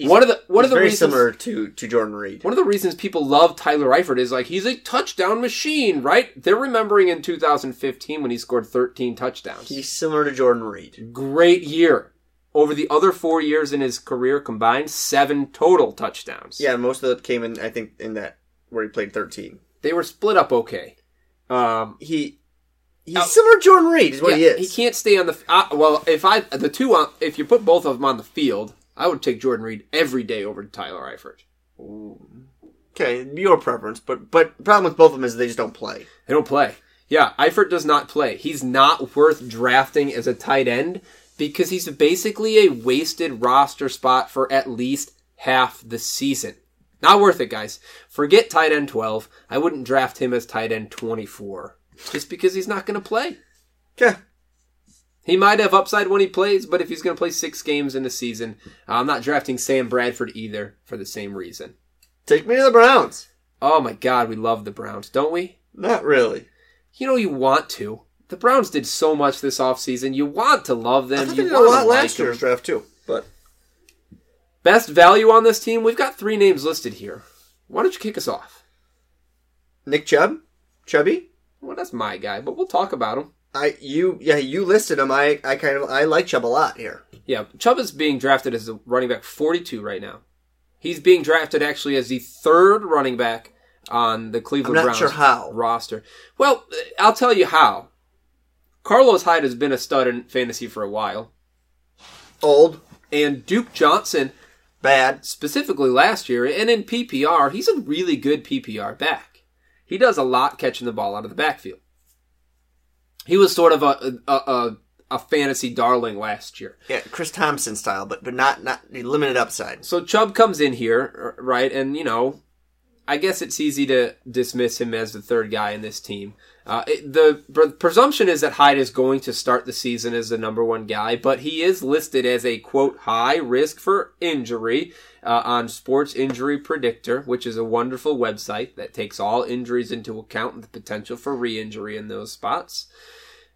Speaker 1: He's,
Speaker 2: One of the
Speaker 1: he's
Speaker 2: one of the
Speaker 1: very
Speaker 2: reasons
Speaker 1: similar to to Jordan Reed.
Speaker 2: one of the reasons people love Tyler Eifert is like he's a touchdown machine, right? They're remembering in 2015 when he scored 13 touchdowns
Speaker 1: He's similar to Jordan
Speaker 2: Mm-hmm.
Speaker 1: Reed.
Speaker 2: great year. Over the other four years in his career combined, seven total touchdowns.
Speaker 1: Yeah, most of it came in. I think in that where he played thirteen.
Speaker 2: They were split up okay. Um,
Speaker 1: He he's
Speaker 2: Out-
Speaker 1: similar to Jordan Reed. Is what
Speaker 2: Oh. yeah,
Speaker 1: he is.
Speaker 2: can't stay on the. f- Uh, well, if I the two on, if you put both of them on the field, I would take Jordan Reed every day over Tyler Eifert.
Speaker 1: Okay, your preference, but but the problem with both of them is they just don't play.
Speaker 2: They don't play. Yeah, Eifert does not play. He's not worth drafting as a tight end because he's basically a wasted roster spot for at least half the season. Not worth it, guys. Forget tight end 12. I wouldn't draft him as tight end 24 just because he's not going to play.
Speaker 1: Okay,
Speaker 2: He might have upside when he plays, but if he's going to play six games in a season, I'm not drafting Sam Bradford either for the same reason.
Speaker 1: take me to the Browns.
Speaker 2: Oh my God, we love the Browns, don't we?
Speaker 1: Not really.
Speaker 2: you know you want to. The Browns did so much this offseason. You want to love
Speaker 1: I
Speaker 2: them.
Speaker 1: thought they
Speaker 2: you
Speaker 1: did a
Speaker 2: want
Speaker 1: lot
Speaker 2: to like
Speaker 1: last
Speaker 2: them.
Speaker 1: year's draft too, but
Speaker 2: Best value on this team. We've got three names listed here. Why don't you kick us off?
Speaker 1: Nick Chubb, Chubby.
Speaker 2: Well, that's my guy, but we'll talk about him.
Speaker 1: I you yeah you listed him. I I kind of I like Chubb a lot here.
Speaker 2: Yeah, Chubb is being drafted as a running back 42 right now. He's being drafted actually as the third running back on the Cleveland
Speaker 1: I'm not
Speaker 2: Browns
Speaker 1: sure how.
Speaker 2: roster. Well, uh, I'll tell you how. Carlos Hyde has been a stud in fantasy for a while,
Speaker 1: Old,
Speaker 2: and Duke Johnson
Speaker 1: bad.
Speaker 2: specifically last year, and in PPR, he's a really good PPR back. He does a lot catching the ball out of the backfield. He was sort of a a, a, a fantasy darling last year.
Speaker 1: Yeah, Chris Thompson style, but but not not limited upside.
Speaker 2: So Chubb comes in here, r- right, and you know, I guess it's easy to dismiss him as the third guy in this team. Uh, it, the pre- presumption is that Hyde is going to start the season as the number one guy, but he is listed as a quote high risk for injury uh, on Sports Injury Predictor, which is a wonderful website that takes all injuries into account and the potential for re-injury in those spots.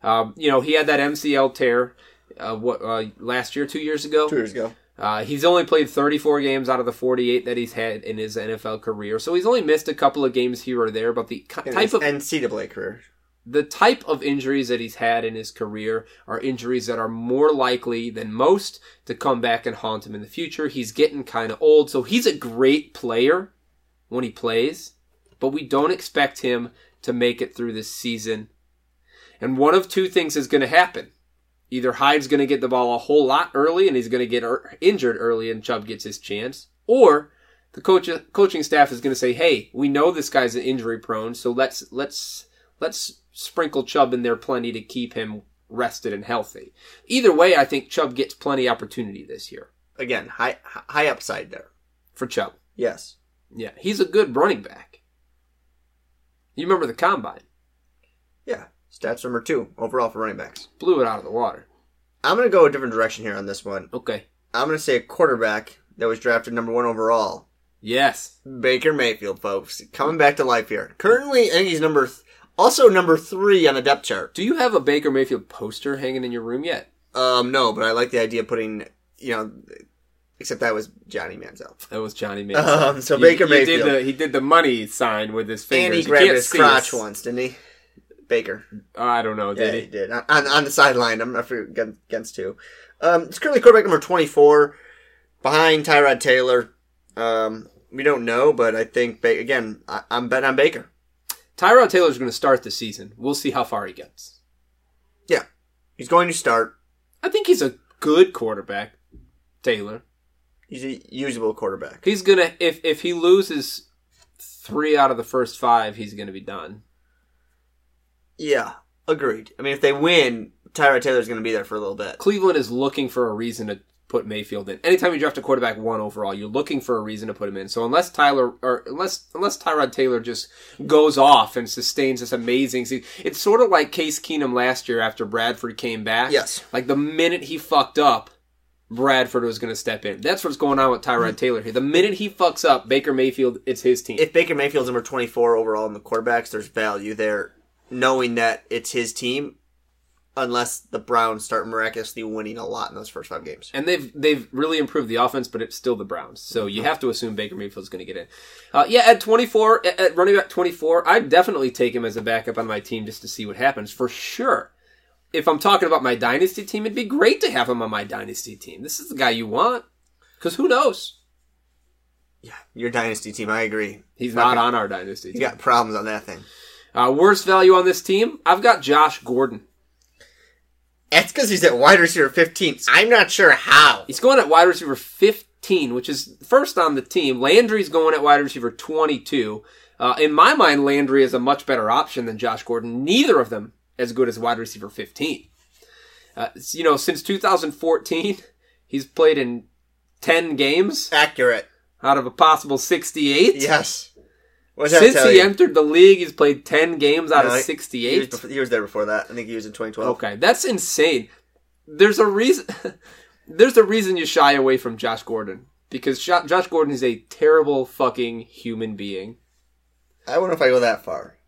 Speaker 2: Um, you know, he had that MCL tear uh, what uh, last year, two years ago.
Speaker 1: years ago.
Speaker 2: Uh, he's only played 34 games out of the 48 that he's had in his NFL career, so he's only missed a couple of games here or there. But the ki-
Speaker 1: And,
Speaker 2: type of
Speaker 1: and CWA career.
Speaker 2: the type of injuries that he's had in his career are injuries that are more likely than most to come back and haunt him in the future. He's getting kind of old, so he's a great player when he plays, but we don't expect him to make it through this season. And one of two things is going to happen. Either Hyde's going to get the ball a whole lot early and he's going to get er- injured early and Chubb gets his chance, or the coach, coaching staff is going to say, "Hey, we know this guy's injury prone, so let's let's let's sprinkle Chubb in there plenty to keep him rested and healthy." Either way, I think Chubb gets plenty opportunity this year
Speaker 1: Again, high high upside there.
Speaker 2: for Chubb.
Speaker 1: Yes.
Speaker 2: Yeah, he's a good running back. You remember the combine?
Speaker 1: Yeah. Stats number two overall for running backs.
Speaker 2: Blew it out of the water.
Speaker 1: I'm gonna go a different direction here on this one.
Speaker 2: Okay.
Speaker 1: I'm gonna say a quarterback that was drafted number one overall
Speaker 2: Yes.
Speaker 1: Baker Mayfield, folks, coming back to life here. Currently, I think he's number th- also number three on the depth chart.
Speaker 2: Do you have a Baker Mayfield poster hanging in your room yet?
Speaker 1: Um, no, but I like the idea of putting you know, except that was Johnny Manziel.
Speaker 2: That was Johnny Manziel.
Speaker 1: Um, so
Speaker 2: You-
Speaker 1: Baker
Speaker 2: you did
Speaker 1: Mayfield,
Speaker 2: the- he did the money sign with his fingers.
Speaker 1: and he
Speaker 2: You
Speaker 1: grabbed
Speaker 2: can't
Speaker 1: his
Speaker 2: see
Speaker 1: crotch
Speaker 2: us.
Speaker 1: once, didn't he? Baker,
Speaker 2: I don't know.
Speaker 1: yeah,
Speaker 2: Did
Speaker 1: he?
Speaker 2: he?
Speaker 1: did on, on, on the sideline. I'm not sure against- against two. Um, it's currently quarterback number 24, behind Tyrod Taylor. Um, we don't know, but I think ba- again, I, I'm betting on Baker.
Speaker 2: Tyrod Taylor's going to start this season. We'll see how far he gets.
Speaker 1: Yeah, he's going to start.
Speaker 2: I think he's a good quarterback, Taylor.
Speaker 1: He's a usable quarterback.
Speaker 2: He's going to if if he loses 3 out of the first 5, he's going to be done.
Speaker 1: Yeah, agreed. I mean, if they win, Tyrod Taylor's going to be there for a little bit.
Speaker 2: Cleveland is looking for a reason to put Mayfield in. Anytime you draft a quarterback one overall, you're looking for a reason to put him in. So unless Tyler or unless unless Tyrod Taylor just goes off and sustains this amazing season, it's sort of like Case Keenum last year after Bradford came back.
Speaker 1: Yes.
Speaker 2: like the minute he fucked up, Bradford was going to step in. That's what's going on with Tyrod Taylor here. The minute he fucks up, Baker Mayfield, it's his team.
Speaker 1: If Baker Mayfield's number 24 overall in the quarterbacks, there's value there, knowing that it's his team. Unless the Browns start miraculously winning a lot in those first five games.
Speaker 2: and they've they've really improved the offense, but it's still the Browns. So you have to assume Baker Mayfield's going to get in. Uh, yeah, at twenty four, at, at running back twenty four, I'd definitely take him as a backup on my team just to see what happens for sure. If I'm talking about my dynasty team, it'd be great to have him on my dynasty team. This is the guy you want because who knows?
Speaker 1: Your dynasty team, I agree.
Speaker 2: He's not on our dynasty
Speaker 1: You
Speaker 2: team.
Speaker 1: got problems on that thing.
Speaker 2: Uh, worst value on this team, I've got Josh Gordon.
Speaker 1: That's because he's at wide receiver 15. I'm not sure how.
Speaker 2: He's going at wide receiver 15, which is first on the team. Landry's going at wide receiver 22. Uh, in my mind, Landry is a much better option than Josh Gordon. Neither of them as good as wide receiver 15. Uh, s- you know, since 2014, he's played in 10 games
Speaker 1: Accurate.
Speaker 2: out of a possible 68.
Speaker 1: Yes. What does that
Speaker 2: Since
Speaker 1: tell
Speaker 2: he
Speaker 1: you?
Speaker 2: entered the league, he's played 10 games out
Speaker 1: No,
Speaker 2: of
Speaker 1: he- He was,
Speaker 2: 68.
Speaker 1: before, he was there before that. I think he was in 2012.
Speaker 2: Okay, that's insane. There's a reason. there's a reason you shy away from Josh Gordon because Jo- Josh Gordon is a terrible fucking human being.
Speaker 1: I wonder if I go that far.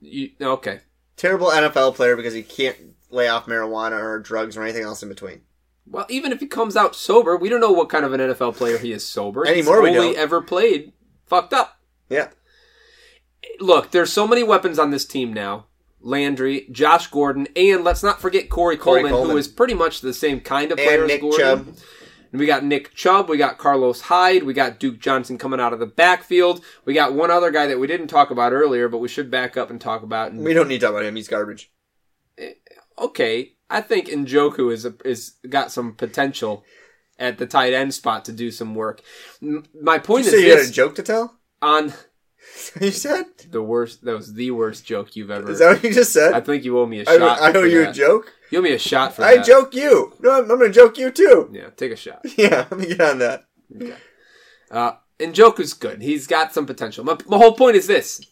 Speaker 2: You, okay,
Speaker 1: Terrible NFL player because he can't lay off marijuana or drugs or anything else in between.
Speaker 2: well, even if he comes out sober, we don't know what kind of an NFL player he is sober.
Speaker 1: Anymore we
Speaker 2: He's only
Speaker 1: don't.
Speaker 2: ever played fucked up.
Speaker 1: Yeah.
Speaker 2: Look, there's so many weapons on this team now. Landry, Josh Gordon, and let's not forget Corey
Speaker 1: Corey
Speaker 2: Coleman,
Speaker 1: Coleman.
Speaker 2: who is pretty much the same kind of player
Speaker 1: And Nick
Speaker 2: as Gordon.
Speaker 1: Chubb.
Speaker 2: And we got Nick Chubb, we got Carlos Hyde, we got Duke Johnson coming out of the backfield. We got one other guy that we didn't talk about earlier, but we should back up and talk about. And,
Speaker 1: We don't need to talk about him. He's garbage.
Speaker 2: okay, I think Njoku is a, is got some potential at the tight end spot to do some work. M- my point
Speaker 1: So
Speaker 2: is
Speaker 1: you had a
Speaker 2: this
Speaker 1: joke to tell?
Speaker 2: on
Speaker 1: you said?
Speaker 2: the worst. That was the worst joke you've ever.
Speaker 1: Is that what you just said?
Speaker 2: I think you owe me a
Speaker 1: I,
Speaker 2: shot.
Speaker 1: I owe
Speaker 2: for
Speaker 1: you
Speaker 2: that.
Speaker 1: a joke?
Speaker 2: You owe me a shot for
Speaker 1: I
Speaker 2: that.
Speaker 1: joke you. No, I'm, I'm going to joke you too.
Speaker 2: Yeah, take a shot.
Speaker 1: Yeah, let me get on that.
Speaker 2: Uh, Njoku's good. He's got some potential. My, my whole point is this: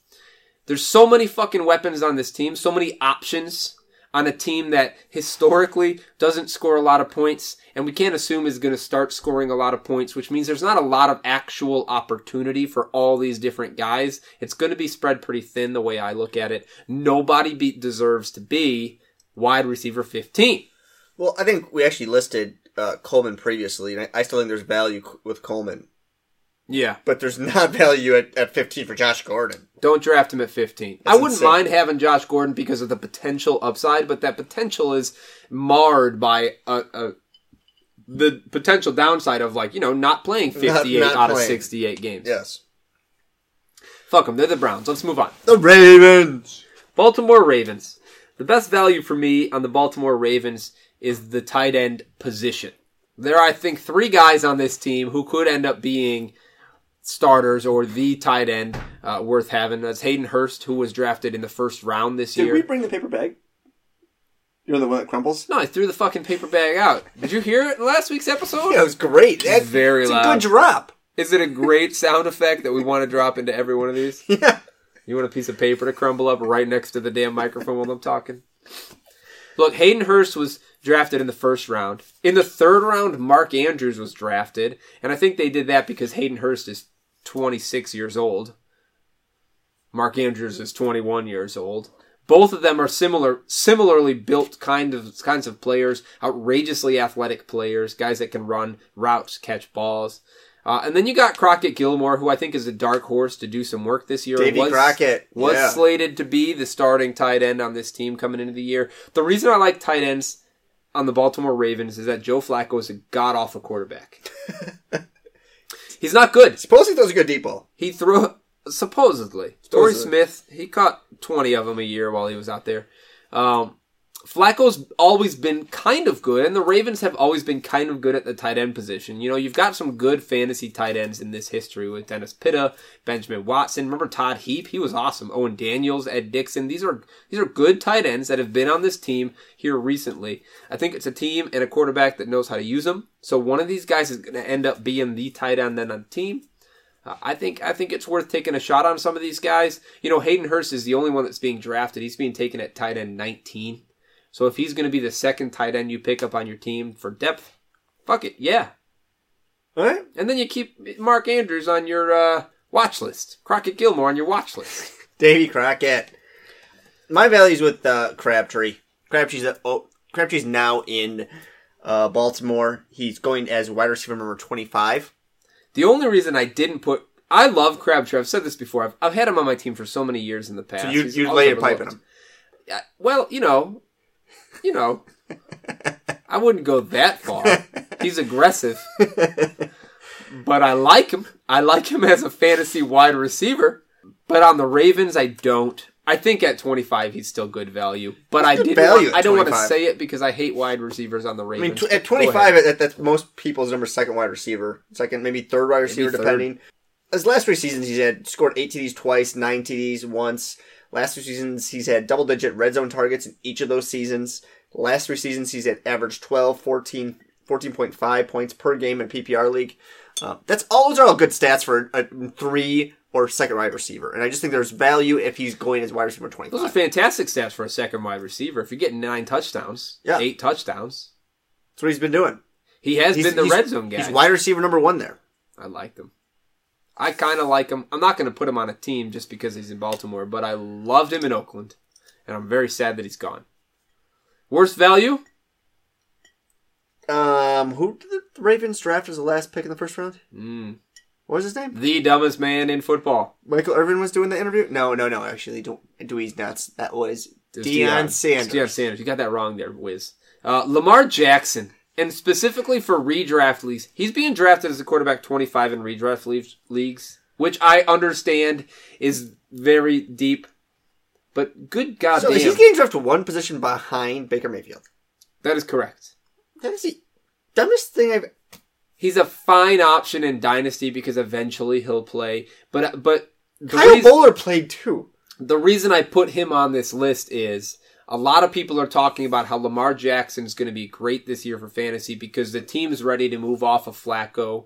Speaker 2: there's so many fucking weapons on this team, so many options on a team that historically doesn't score a lot of points, and we can't assume is going to start scoring a lot of points, which means there's not a lot of actual opportunity for all these different guys. It's going to be spread pretty thin, the way I look at it. Nobody be, deserves to be wide receiver 15.
Speaker 1: Well, I think we actually listed uh, Coleman previously, and I, I still think there's value c- with Coleman,
Speaker 2: Yeah,
Speaker 1: but there's not value at, at 15 for Josh Gordon.
Speaker 2: Don't draft him at 15. I wouldn't
Speaker 1: insane.
Speaker 2: mind having Josh Gordon because of the potential upside, but that potential is marred by a, a the potential downside of like, you know, not playing 58
Speaker 1: not
Speaker 2: out of
Speaker 1: playing.
Speaker 2: 68 games.
Speaker 1: Yes.
Speaker 2: Fuck them. They're the Browns. Let's move on.
Speaker 1: The Ravens.
Speaker 2: Baltimore Ravens. The best value for me on the Baltimore Ravens is the tight end position. There are, I think, three guys on this team who could end up being starters or the tight end uh, worth having. That's Hayden Hurst, who was drafted in the first round this year.
Speaker 1: bring the paper bag? You're the one that crumbles.
Speaker 2: No, I threw the fucking paper bag out. Did you hear it in last week's episode?
Speaker 1: Yeah, it was great. That,
Speaker 2: very
Speaker 1: it's a
Speaker 2: loud.
Speaker 1: good drop.
Speaker 2: Is it a great sound effect that we want to drop into every one of these?
Speaker 1: Yeah.
Speaker 2: You want a piece of paper to crumble up right next to the damn microphone while I'm talking? Look, Hayden Hurst was drafted in the first round. In the third round, Mark Andrews was drafted, and I think they did that because Hayden Hurst is 26 years old. Mark Andrews is 21 years old. Both of them are similar, similarly built kind of kinds of players, outrageously athletic players, guys that can run routes, catch balls. Uh, and then you got Crockett Gilmore, who I think is a dark horse to do some work this year. and
Speaker 1: Davy Crockett,
Speaker 2: was
Speaker 1: yeah.
Speaker 2: slated to be the starting tight end on this team coming into the year. The reason I like tight ends on the Baltimore Ravens is that Joe Flacco is a god awful quarterback. He's not good.
Speaker 1: Supposedly throws a good deep ball.
Speaker 2: He threw supposedly. Torrey Smith, he caught twenty of them a year while he was out there. Um, Flacco's always been kind of good, and the Ravens have always been kind of good at the tight end position. You know, you've got some good fantasy tight ends in this history with Dennis Pitta, Benjamin Watson. Remember Todd Heap? He was awesome. Owen Daniels, Ed Dixon. These are these are good tight ends that have been on this team here recently. I think it's a team and a quarterback that knows how to use them. So one of these guys is going to end up being the tight end then on the team. Uh, I think I think it's worth taking a shot on some of these guys. You know, Hayden Hurst is the only one that's being drafted. He's being taken at tight end 19. So if he's going to be the second tight end you pick up on your team for depth, fuck it, yeah.
Speaker 1: All right.
Speaker 2: And then you keep Mark Andrews on your uh, watch list, Crockett Gilmore on your watch list.
Speaker 1: Davy Crockett. My value's with uh, Crabtree. Crabtree's uh, oh, Crabtree's now in uh, Baltimore. He's going as wide receiver number twenty five.
Speaker 2: the only reason I didn't put I love Crabtree. I've said this before. I've, I've had him on my team for so many years in the past.
Speaker 1: So you
Speaker 2: He's
Speaker 1: you
Speaker 2: always
Speaker 1: lay your pipe in
Speaker 2: overlooked.
Speaker 1: him.
Speaker 2: Yeah, well, you know, you know, I wouldn't go that far. He's aggressive, but I like him. I like him as a fantasy wide receiver. But on the Ravens, I don't. I think at 25, he's still good value. But I
Speaker 1: good
Speaker 2: did.
Speaker 1: value
Speaker 2: Want,
Speaker 1: at
Speaker 2: I don't want to
Speaker 1: 25.
Speaker 2: say it because I hate wide receivers on the
Speaker 1: I
Speaker 2: Ravens.
Speaker 1: mean, tw-
Speaker 2: but
Speaker 1: at
Speaker 2: go ahead.
Speaker 1: 25, at, that's most people's number second wide receiver, second maybe third wide receiver,
Speaker 2: third.
Speaker 1: depending. His last three seasons, he's had scored eight TDs twice, nine TDs once. Last two seasons, he's had double digit red zone targets in each of those seasons. Last three seasons, he's had average 12, 14, 14.5 points per game in PPR league. Uh, that's all those are all good stats for a three or second wide receiver, and I just think there's value if he's going as wide receiver 25.
Speaker 2: those are fantastic stats for a second wide receiver. If you're getting nine touchdowns,
Speaker 1: Yeah.
Speaker 2: eight touchdowns,
Speaker 1: That's what he's been doing.
Speaker 2: he has
Speaker 1: He's
Speaker 2: been the
Speaker 1: he's-
Speaker 2: red zone guy.
Speaker 1: He's wide receiver number one there.
Speaker 2: I like them. I kind of like him. I'm not going to put him on a team just because he's in Baltimore, but I loved him in Oakland, and I'm very sad that he's gone. Worst value?
Speaker 1: Um, who did the Ravens draft as the last pick in the first round?
Speaker 2: Mm,
Speaker 1: What was his name?
Speaker 2: the dumbest man in football.
Speaker 1: Michael Irvin was doing the interview. No, no, no. Actually, don't Dewey's nuts. That was
Speaker 2: It was
Speaker 1: Deion,
Speaker 2: Deion.
Speaker 1: Sanders.
Speaker 2: It's Deion Sanders. You got that wrong there, Wiz. Uh, Lamar Jackson, and specifically for redraft leagues, he's being drafted as a quarterback 25 in redraft leagues, leagues which I understand is very deep. But good god
Speaker 1: So
Speaker 2: damn,
Speaker 1: he's getting drafted one position behind Baker Mayfield.
Speaker 2: that is correct.
Speaker 1: That is the dumbest thing I've.
Speaker 2: he's a fine option in dynasty because eventually he'll play. But uh, but the,
Speaker 1: Kyle
Speaker 2: reas-
Speaker 1: Bowler played too.
Speaker 2: the reason I put him on this list is a lot of people are talking about how Lamar Jackson is going to be great this year for fantasy because the team's ready to move off of Flacco.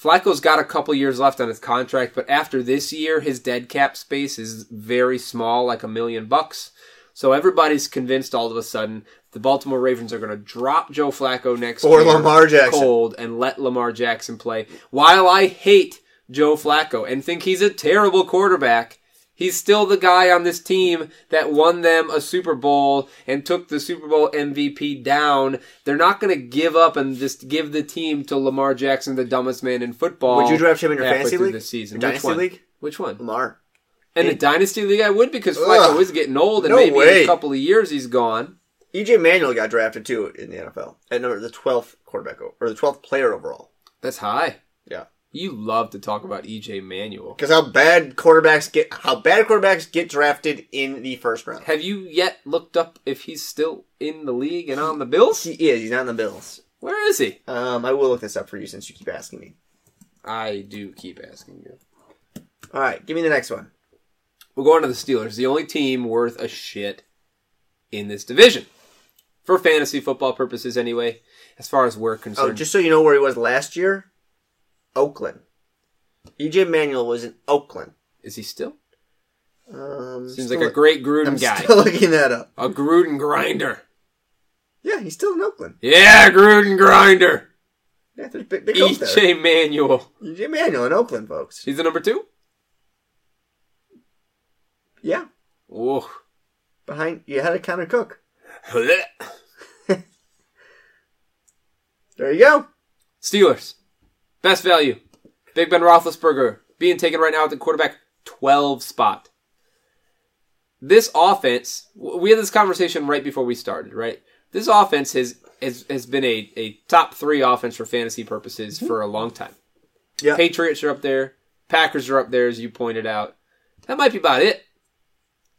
Speaker 2: Flacco's got a couple years left on his contract, but after this year, his dead cap space is very small, like a million bucks. So everybody's convinced all of a sudden the Baltimore Ravens are going to drop Joe Flacco next
Speaker 1: Or
Speaker 2: year
Speaker 1: Lamar Jackson.
Speaker 2: cold and let Lamar Jackson play. While I hate Joe Flacco and think he's a terrible quarterback, he's still the guy on this team that won them a Super Bowl and took the Super Bowl MVP down. They're not going to give up and just give the team to Lamar Jackson, the dumbest man in football.
Speaker 1: Would you draft him in your
Speaker 2: halfway
Speaker 1: fantasy
Speaker 2: through
Speaker 1: league?
Speaker 2: this season?
Speaker 1: Your
Speaker 2: Which
Speaker 1: dynasty
Speaker 2: one?
Speaker 1: league?
Speaker 2: Which one?
Speaker 1: Lamar.
Speaker 2: In a dynasty league, I would because Flacco
Speaker 1: Ugh.
Speaker 2: is getting old, and
Speaker 1: No
Speaker 2: maybe in
Speaker 1: way.
Speaker 2: a couple of years he's gone.
Speaker 1: EJ E Manuel got drafted too in the NFL at number the twelfth quarterback o- or the twelfth player overall.
Speaker 2: That's high.
Speaker 1: Yeah.
Speaker 2: You love to talk about EJ Manuel.
Speaker 1: Because how bad quarterbacks get how bad quarterbacks get drafted in the first round.
Speaker 2: Have you yet looked up if he's still in the league and on the Bills?
Speaker 1: He is. He's not in the Bills.
Speaker 2: Where is he?
Speaker 1: Um, I will look this up for you since you keep asking me.
Speaker 2: I do keep asking you.
Speaker 1: All right, give me the next one.
Speaker 2: We're going to the Steelers, the only team worth a shit in this division. For fantasy football purposes, anyway, as far as we're concerned.
Speaker 1: Oh, just so you know where he was last year, Oakland. EJ Manuel was in Oakland.
Speaker 2: is he still?
Speaker 1: Um,
Speaker 2: Seems
Speaker 1: still
Speaker 2: like a
Speaker 1: look-
Speaker 2: great Gruden
Speaker 1: I'm
Speaker 2: guy.
Speaker 1: still looking that up.
Speaker 2: a Gruden grinder.
Speaker 1: Yeah, he's still in Oakland.
Speaker 2: Yeah, Gruden grinder.
Speaker 1: Yeah, there's big, big hope there.
Speaker 2: EJ Manuel.
Speaker 1: EJ Manuel in Oakland, folks.
Speaker 2: He's the number two?
Speaker 1: Yeah,
Speaker 2: Oh.
Speaker 1: behind you had a Connor Cook. There you go.
Speaker 2: Steelers. Best value. Big Ben Roethlisberger being taken right now at the quarterback 12 spot. This offense, w- we had this conversation right before we started, right? This offense has has, has been a, a top three offense for fantasy purposes for a long time.
Speaker 1: Mm-hmm. Yeah.
Speaker 2: Patriots are up there. Packers are up there, as you pointed out. That might be about it.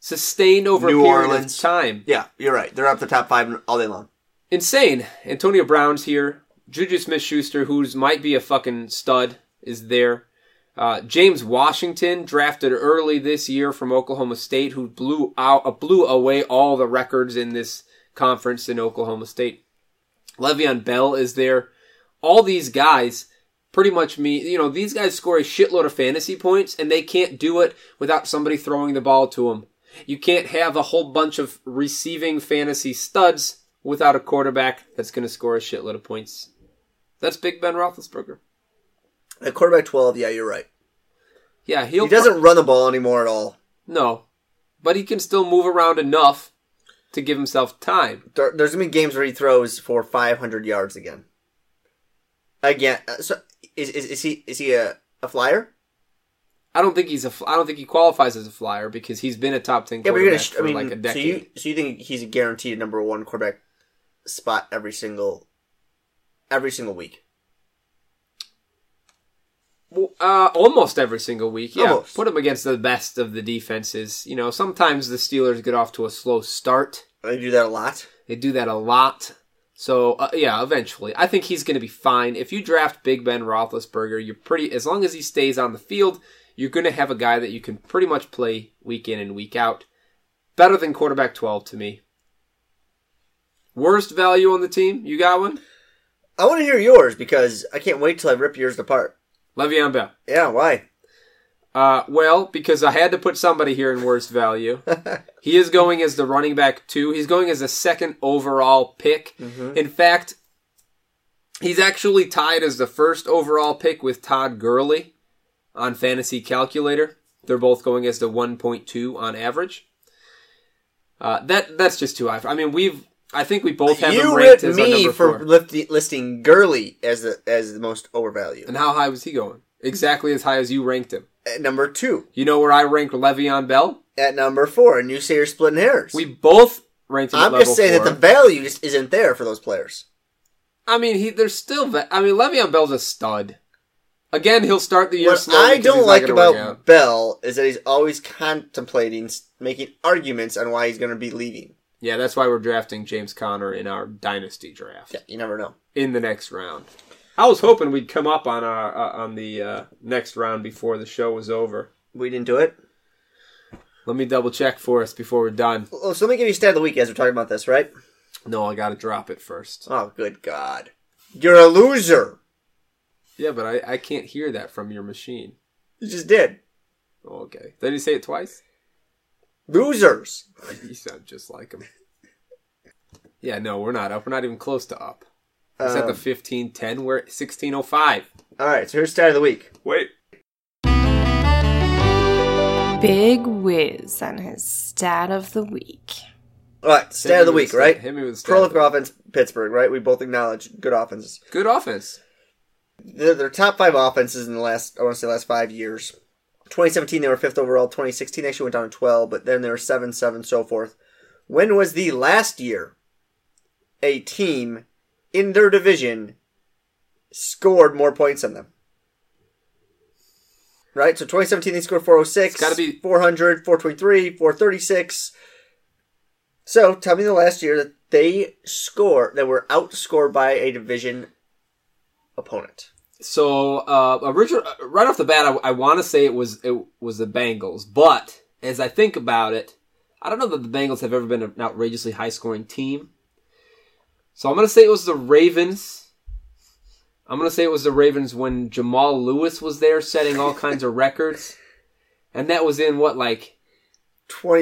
Speaker 2: Sustained over
Speaker 1: New
Speaker 2: a period
Speaker 1: Orleans.
Speaker 2: of time.
Speaker 1: Yeah, you're right. They're up the top five all day long.
Speaker 2: Insane. Antonio Brown's here. Juju Smith Schuster, who's might be a fucking stud, is there. Uh, James Washington, drafted early this year from Oklahoma State, who blew out, uh, blew away all the records in this conference in Oklahoma State. Le'Veon Bell is there. All these guys pretty much me you know these guys score a shitload of fantasy points and they can't do it without somebody throwing the ball to them you can't have a whole bunch of receiving fantasy studs without a quarterback that's going to score a shitload of points that's big ben roethlisberger
Speaker 1: At quarterback 12, yeah, you're right.
Speaker 2: yeah he'll
Speaker 1: He doesn't run the ball anymore at all.
Speaker 2: no but he can still move around enough to give himself time
Speaker 1: There, there's going to be games where he throws for 500 yards again. Again, uh, so is, is, is he is he a, a flyer?
Speaker 2: i don't think he's a fl- i don't think he qualifies as a flyer because he's been a top 10
Speaker 1: Yeah, but you're going
Speaker 2: quarterback
Speaker 1: to.
Speaker 2: for
Speaker 1: I mean,
Speaker 2: like a
Speaker 1: so
Speaker 2: decade
Speaker 1: you so you think he's a guaranteed number one quarterback spot every single every single week?
Speaker 2: Well, uh, almost every single week. Yeah,
Speaker 1: Almost.
Speaker 2: put them against the best of the defenses. You know, sometimes the Steelers get off to a slow start.
Speaker 1: They do that a lot.
Speaker 2: They do that a lot. So uh, yeah, eventually, I think he's going to be fine. If you draft Big Ben Roethlisberger, you're pretty as long as he stays on the field, you're going to have a guy that you can pretty much play week in and week out. Better than quarterback twelve to me. Worst value on the team? You got one?
Speaker 1: I want to hear yours because I can't wait till I rip yours apart.
Speaker 2: Le'Veon Bell.
Speaker 1: Yeah, why?
Speaker 2: Uh, well, because I had to put somebody here in worst value. he is going as the running back two. He's going as a second overall pick.
Speaker 1: Mm-hmm.
Speaker 2: In fact, he's actually tied as the first overall pick with Todd Gurley on Fantasy Calculator. They're both going as the 1.2 on average. Uh, that that's just too high. I mean, we've I think we both have him
Speaker 1: You ripped
Speaker 2: ranked as our
Speaker 1: me
Speaker 2: number
Speaker 1: for
Speaker 2: four.
Speaker 1: lifting, listing Gurley as the as the most overvalued.
Speaker 2: And how high was he going? Exactly as high as you ranked him.
Speaker 1: At number two,
Speaker 2: You know where I ranked Le'Veon Bell?
Speaker 1: at number four, and you say you're splitting hairs.
Speaker 2: We both ranked him at
Speaker 1: I'm
Speaker 2: level
Speaker 1: just saying
Speaker 2: four.
Speaker 1: that the value just isn't there for those players.
Speaker 2: I mean, he there's still. Va- I mean, Le'Veon Bell's a stud. Again, he'll start the year
Speaker 1: What
Speaker 2: slow.
Speaker 1: I
Speaker 2: because he's
Speaker 1: don't
Speaker 2: not
Speaker 1: like
Speaker 2: gonna work out.
Speaker 1: about Bell is that he's always contemplating s- making arguments on why he's going to be leaving.
Speaker 2: Yeah, that's why we're drafting James Conner in our dynasty draft
Speaker 1: Yeah, you never know.
Speaker 2: in the next round. I was hoping we'd come up on our uh, on the uh, next round before the show was over.
Speaker 1: We didn't do it.
Speaker 2: Let me double check for us before we're done.
Speaker 1: Well, so let me give you stat of the week as we're talking about this, right?
Speaker 2: No, I gotta drop it first.
Speaker 1: Oh, good God. You're a loser.
Speaker 2: Yeah, but I, I can't hear that from your machine.
Speaker 1: You just did.
Speaker 2: Oh, okay. Did he say it twice?
Speaker 1: Losers.
Speaker 2: You sound just like him. Yeah, no, we're not up. We're not even close to up. It's at the
Speaker 1: Um,
Speaker 2: 1510. We're at 1605.
Speaker 1: All right, so here's stat of the week.
Speaker 2: Wait.
Speaker 3: Big whiz on his stat of the week.
Speaker 1: All right, stat of the week, right?
Speaker 2: Hit me with a stat.
Speaker 1: Prolific offense, Pittsburgh, right? We both acknowledge good offenses.
Speaker 2: Good offense.
Speaker 1: They're, they're top five offenses in the last, I want to say, last five years. 2017, they were fifth overall. 2016, they actually went down to 12, but then they were 7 7, so forth. When was the last year a team in their division scored more points than them? Right? So 2017, they scored 406,
Speaker 2: It's gotta be-
Speaker 1: 400, 423, 436. So tell me the last year that they score, that were outscored by a division opponent.
Speaker 2: So, uh, original, uh, right off the bat, I, I want to say it was it was the Bengals, but as I think about it, I don't know that the Bengals have ever been an outrageously high scoring team. So I'm gonna say it was the Ravens. I'm gonna say it was the Ravens when Jamal Lewis was there, setting all kinds of records, and that was in what like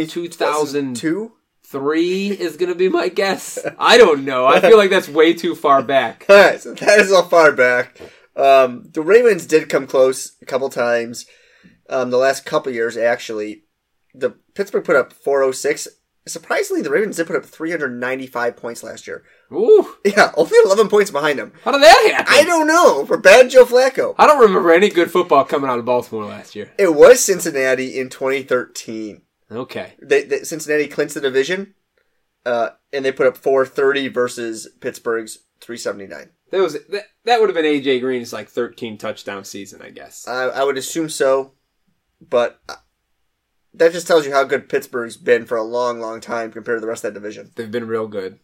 Speaker 1: 2002?
Speaker 2: three is gonna be my guess. I don't know. I feel like that's way too far back.
Speaker 1: All right, so that is all far back. Um, the Ravens did come close a couple times. Um, the last couple years, actually, the Pittsburgh put up 406. Surprisingly, the Ravens did put up 395 points last year.
Speaker 2: Ooh,
Speaker 1: Yeah, only 11 points behind them.
Speaker 2: how did that happen?
Speaker 1: I don't know for bad Joe Flacco.
Speaker 2: I don't remember any good football coming out of Baltimore last year.
Speaker 1: It was Cincinnati in 2013.
Speaker 2: Okay.
Speaker 1: They, they, Cincinnati clinched the division, uh, and they put up 430 versus Pittsburgh's three seventy nine.
Speaker 2: That was that, that would have been AJ Green's like 13 touchdown season, I guess.
Speaker 1: I, I would assume so, but uh, that just tells you how good Pittsburgh's been for a long, long time compared to the rest of that division.
Speaker 2: They've been real good.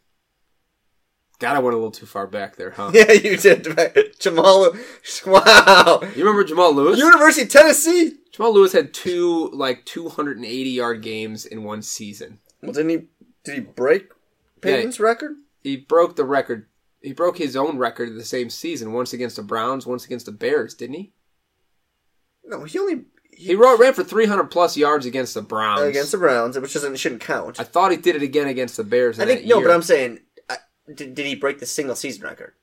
Speaker 2: God, I went a little too far back there, huh?
Speaker 1: Yeah, you did, Jamal. Wow,
Speaker 2: You remember Jamal Lewis?
Speaker 1: University of Tennessee.
Speaker 2: Jamal Lewis had two like 280 yard games in one season.
Speaker 1: Well, didn't he? Did he break Peyton's record?
Speaker 2: He broke the record. He broke his own record the same season, once against the Browns, once against the Bears, didn't he?
Speaker 1: No, he only
Speaker 2: He ro- ran for 300 plus yards against the Browns.
Speaker 1: against the Browns, which doesn't shouldn't count.
Speaker 2: I thought he did it again against the Bears. in
Speaker 1: I think
Speaker 2: that
Speaker 1: no,
Speaker 2: year
Speaker 1: but I'm saying, I, did, did he break the single season record?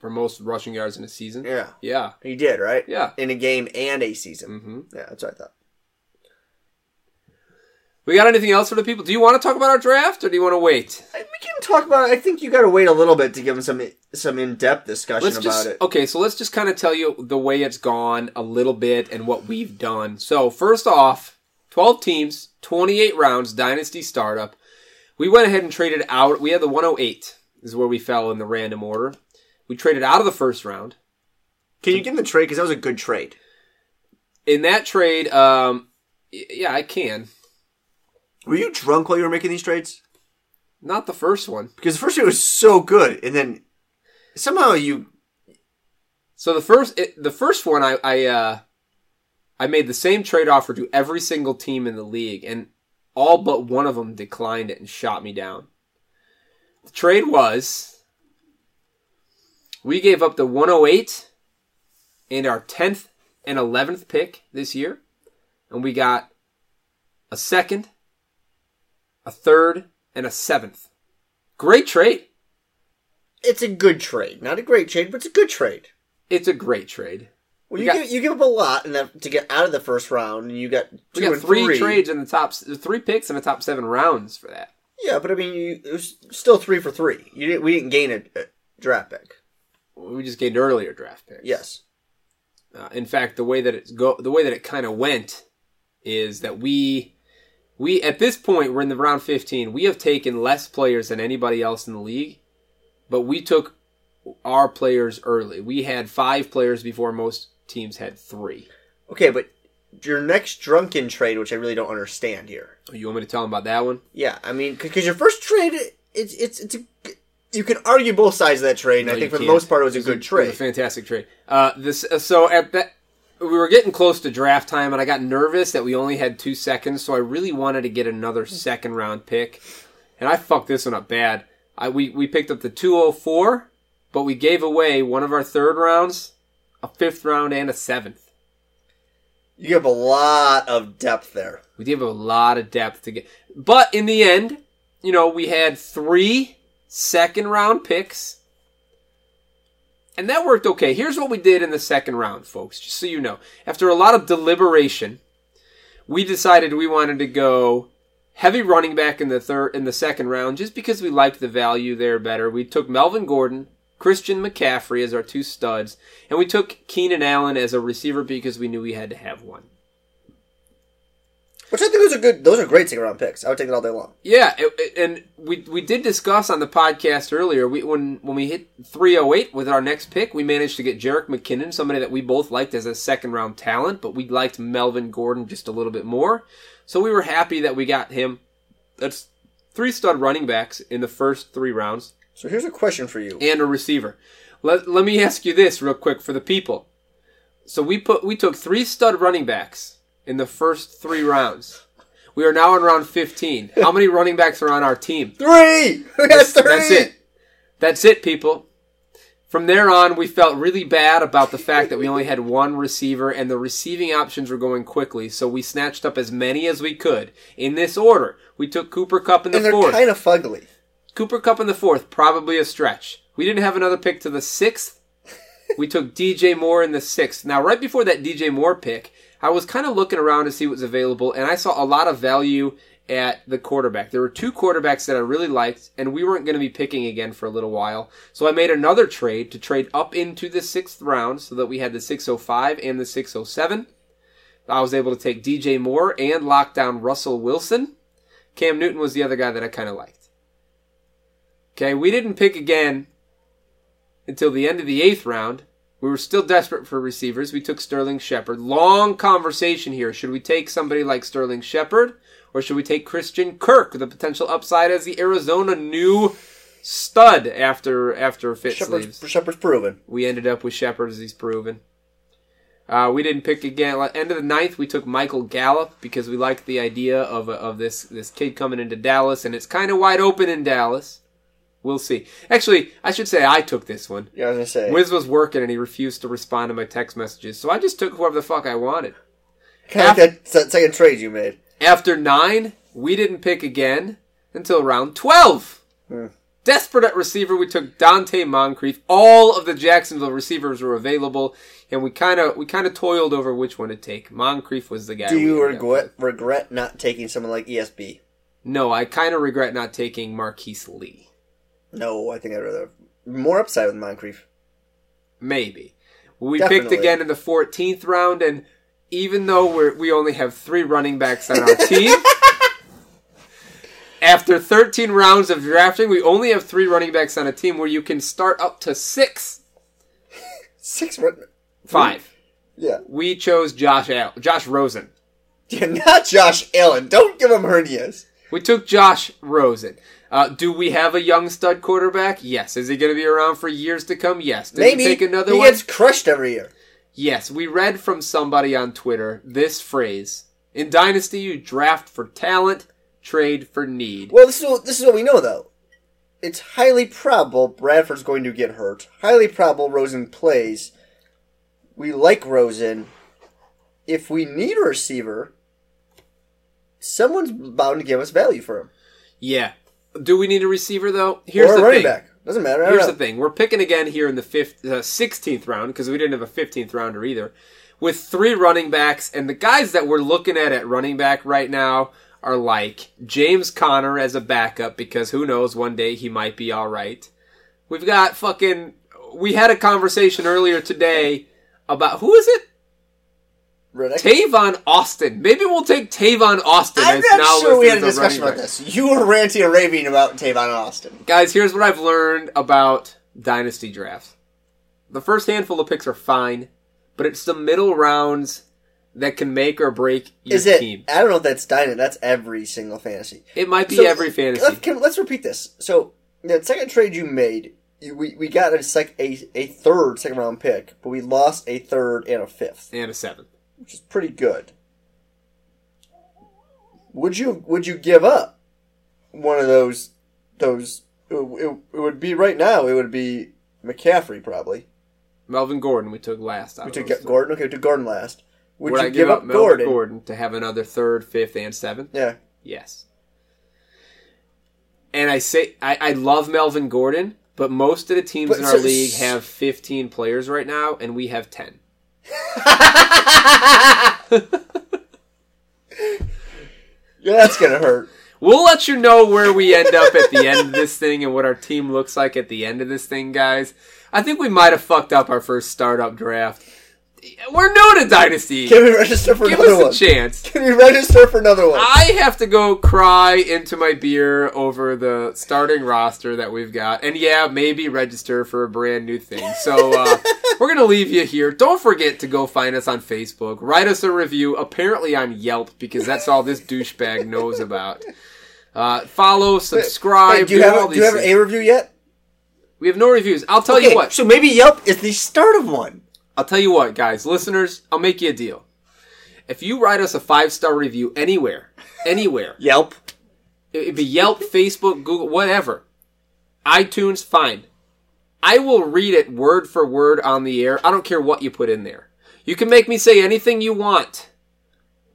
Speaker 2: for most rushing yards in a season.
Speaker 1: Yeah,
Speaker 2: Yeah.
Speaker 1: he did, right?
Speaker 2: Yeah.
Speaker 1: in a game and a season.
Speaker 2: hmm
Speaker 1: Yeah, that's what I thought.
Speaker 2: We got anything else for the people? Do you want to talk about our draft, or do you want to wait?
Speaker 1: I- We can talk about. it. I think you got to wait a little bit to give him some some in depth discussion
Speaker 2: Let's
Speaker 1: about
Speaker 2: just
Speaker 1: it.
Speaker 2: okay. So let's just kind of tell you the way it's gone a little bit and what we've done. So first off, twelve teams, twenty-eight rounds, dynasty startup. We went ahead and traded out. We had the one hundred eight is where we fell in the random order. We traded out of the first round.
Speaker 1: Can you give him the trade? Because that was a good trade.
Speaker 2: In that trade, um, y- yeah, I can.
Speaker 1: Were you drunk while you were making these trades?
Speaker 2: Not the first one.
Speaker 1: Because the first trade was so good, and then somehow you.
Speaker 2: So the first it, the first one I I uh, I made the same trade offer to every single team in the league, and all but one of them declined it and shot me down. The trade was we gave up the 108 and our 10th and 11th pick this year, and we got a second, a third, and a seventh. Great trade.
Speaker 1: It's a good trade, not a great trade, but it's a good trade.
Speaker 2: It's a great trade.
Speaker 1: Well,
Speaker 2: We
Speaker 1: you
Speaker 2: got-
Speaker 1: give, you give up a lot in that, to get out of the first round, and you got two
Speaker 2: We got
Speaker 1: and
Speaker 2: three, trades in the top, three picks in the top seven rounds for that.
Speaker 1: Yeah, but I mean, you, it was still three for three. You didn't, we didn't gain a, a draft pick.
Speaker 2: We just gained earlier draft picks.
Speaker 1: Yes,
Speaker 2: Uh, in fact, the way that it's go, the way that it kind of went, is that we, we at this point we're in the round fifteen. We have taken less players than anybody else in the league, but we took our players early. We had five players before most teams had three.
Speaker 1: okay, but your next drunken trade, which I really don't understand here.
Speaker 2: You want me to tell them about that one?
Speaker 1: Yeah, I mean, because your first trade, it's it's it's a, you can argue both sides of that trade, and
Speaker 2: No,
Speaker 1: I
Speaker 2: you
Speaker 1: think for the
Speaker 2: can't.
Speaker 1: most part it was a good
Speaker 2: It was
Speaker 1: trade.
Speaker 2: a fantastic trade. Uh, this uh, so at that we were getting close to draft time, and I got nervous that we only had two seconds, so I really wanted to get another second round pick, and I fucked this one up bad. I we we picked up the two oh four, but we gave away one of our third rounds, a fifth round, and a seventh.
Speaker 1: You have a lot of depth there.
Speaker 2: We gave a lot of depth to get, but in the end, you know, we had three second round picks. And that worked okay. Here's what we did in the second round, folks, just so you know. After a lot of deliberation, we decided we wanted to go heavy running back in the third in the second round just because we liked the value there better. We took Melvin Gordon, Christian McCaffrey as our two studs, and we took Keenan Allen as a receiver because we knew we had to have one.
Speaker 1: Which I think those are good. Those are great second round picks. I would take it all day long.
Speaker 2: Yeah, it, it- and we we did discuss on the podcast earlier. We when when we hit 308 with our next pick, we managed to get Jarek McKinnon, somebody that we both liked as a second round talent, but we liked Melvin Gordon just a little bit more. So we were happy that we got him. That's three stud running backs in the first three rounds
Speaker 1: So here's a question for you.
Speaker 2: and a receiver. Let, let me ask you this real quick for the people. So we put we took three stud running backs in the first three rounds. We are now in round fifteen. How many running backs are on our team?
Speaker 1: Three. We got three.
Speaker 2: That's it. That's it, people. From there on, we felt really bad about the fact that we only had one receiver and the receiving options were going quickly, so we snatched up as many as we could. In this order, we took Cooper Cup in the
Speaker 1: And they're
Speaker 2: fourth.
Speaker 1: kind of fugly.
Speaker 2: Cooper Cup in the fourth, probably a stretch. We didn't have another pick to the sixth. we took DJ Moore in the sixth. Now, right before that DJ Moore pick, I was kind of looking around to see what was available, and I saw a lot of value at the quarterback. There were two quarterbacks that I really liked, and we weren't going to be picking again for a little while. So I made another trade to trade up into the sixth round so that we had the 605 and the 607. I was able to take DJ Moore and lock down Russell Wilson. Cam Newton was the other guy that I kind of liked. Okay, we didn't pick again until the end of the eighth round. We were still desperate for receivers. We took Sterling Shepard. Long conversation here. Should we take somebody like Sterling Shepard or should we take Christian Kirk, the potential upside as the Arizona new stud after after Fitz leaves?
Speaker 1: Shepard's, Shepard's proven.
Speaker 2: We ended up with Shepard as he's proven. Uh, we didn't pick again. End of the ninth, we took Michael Gallup because we liked the idea of of this this kid coming into Dallas, and it's kind of wide open in Dallas. We'll see. Actually, I should say I took this one.
Speaker 1: Yeah, I was gonna say.
Speaker 2: Wiz was working and he refused to respond to my text messages, so I just took whoever the fuck I wanted.
Speaker 1: kind of
Speaker 2: after-
Speaker 1: like that se- second trade you made.
Speaker 2: After nine, we didn't pick again until round 12.
Speaker 1: Hmm.
Speaker 2: Desperate at receiver, we took Dante Moncrief. All of the Jacksonville receivers were available, and we kind of we kind of toiled over which one to take. Moncrief was the guy.
Speaker 1: Do
Speaker 2: we
Speaker 1: you
Speaker 2: ended up with.
Speaker 1: regret regret not taking someone like E ESB?
Speaker 2: No, I kind of regret not taking Marquise Lee.
Speaker 1: No, I think I'd rather more upside with Moncrief.
Speaker 2: Maybe. We
Speaker 1: Definitely.
Speaker 2: picked again in the 14th round, and even though we're, we only have three running backs on our team, after 13 rounds of drafting, we only have three running backs on a team where you can start up to six,
Speaker 1: Six run.
Speaker 2: five.
Speaker 1: Mm-hmm. Yeah.
Speaker 2: We chose Josh Al- Josh Rosen.
Speaker 1: yeah, not Josh Allen. Don't give him hernias.
Speaker 2: We took Josh Rosen. Uh, do we have a young stud quarterback? Yes. Is he going to be around for years to come? Yes. Did
Speaker 1: Maybe
Speaker 2: we take another
Speaker 1: he
Speaker 2: one?
Speaker 1: gets crushed every year.
Speaker 2: Yes, we read from somebody on Twitter this phrase. In Dynasty, you draft for talent, trade for need.
Speaker 1: Well, this is what, this is what we know though. It's highly probable Bradford's going to get hurt. Highly probable Rosen plays. We like Rosen. If we need a receiver, someone's bound to give us value for him
Speaker 2: Yeah. Do we need a receiver, though? Here's
Speaker 1: or a
Speaker 2: the
Speaker 1: running
Speaker 2: thing.
Speaker 1: back. Doesn't matter. I don't
Speaker 2: Here's
Speaker 1: know.
Speaker 2: the thing. We're picking again here in the fifth, uh, 16th round because we didn't have a 15th rounder either. With three running backs, and the guys that we're looking at at running back right now are like James Conner as a backup because who knows, one day he might be all right. We've got fucking. We had a conversation earlier today about who is it?
Speaker 1: Riddick?
Speaker 2: Tavon Austin. Maybe we'll take Tavon Austin.
Speaker 1: I'm
Speaker 2: as
Speaker 1: not sure we
Speaker 2: listed
Speaker 1: had a
Speaker 2: as
Speaker 1: discussion
Speaker 2: running
Speaker 1: about
Speaker 2: back.
Speaker 1: this. You were ranting and raving about Tavon Austin.
Speaker 2: Guys, here's what I've learned about dynasty drafts. The first handful of picks are fine, but it's the middle rounds that can make or break your
Speaker 1: Is it?
Speaker 2: team.
Speaker 1: I don't know if that's Dyna. That's every single fantasy.
Speaker 2: It might be
Speaker 1: So,
Speaker 2: every fantasy.
Speaker 1: Let's, can, let's repeat this. So the second trade you made, you- we, we got a, sec, a a third second round pick, but we lost a third and a fifth,
Speaker 2: and a seventh.
Speaker 1: which is pretty good. Would you would you give up one of those those? It, it- it would be right now. It would be McCaffrey probably.
Speaker 2: Melvin Gordon we took last. Out
Speaker 1: We
Speaker 2: of
Speaker 1: took
Speaker 2: those.
Speaker 1: Gordon. Okay, we took Gordon last. Would,
Speaker 2: Would
Speaker 1: you
Speaker 2: I give up Melvin Gordon? to have another third, fifth, and seventh?
Speaker 1: Yeah.
Speaker 2: Yes. And I say I, I love Melvin Gordon, but most of the teams
Speaker 1: But
Speaker 2: in
Speaker 1: so-
Speaker 2: our league have 15 players right now, and we have 10.
Speaker 1: Yeah, that's gonna hurt.
Speaker 2: We'll let you know where we end up at the end of this thing and what our team looks like at the end of this thing, guys. I think we might have fucked up our first startup draft. We're new to Dynasty.
Speaker 1: Can we register for
Speaker 2: Give
Speaker 1: another
Speaker 2: us a
Speaker 1: one?
Speaker 2: chance.
Speaker 1: Can we register for another one?
Speaker 2: I have to go cry into my beer over the starting roster that we've got. And yeah, maybe register for a brand new thing. So uh, we're going to leave you here. Don't forget to go find us on Facebook. Write us a review, apparently on Yelp, because that's all this douchebag knows about. Uh, follow, subscribe.
Speaker 1: Wait, do you
Speaker 2: do
Speaker 1: have
Speaker 2: all
Speaker 1: a, do you
Speaker 2: these
Speaker 1: have
Speaker 2: things.
Speaker 1: a review yet?
Speaker 2: we have no reviews. I'll tell you what.
Speaker 1: So maybe Yelp is the start of one.
Speaker 2: I'll tell you what, guys, listeners, I'll make you a deal. If you write us a five star review anywhere, anywhere,
Speaker 1: Yelp.
Speaker 2: It'd be Yelp, Facebook, Google, whatever. iTunes, fine. I will read it word for word on the air. I don't care what you put in there. You can make me say anything you want.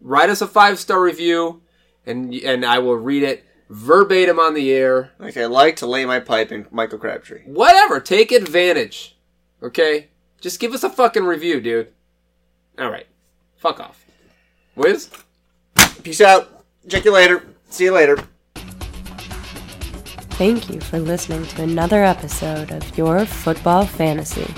Speaker 2: Write us a five star review, and and I will read it verbatim on the air.
Speaker 1: Like I like to lay my pipe in Michael Crabtree.
Speaker 2: Whatever. Take advantage. Okay. Just give us a fucking review, dude. All right. Fuck off. Wiz.
Speaker 1: Peace out. Check you later. See you later.
Speaker 3: Thank you for listening to another episode of Your Football Fantasy.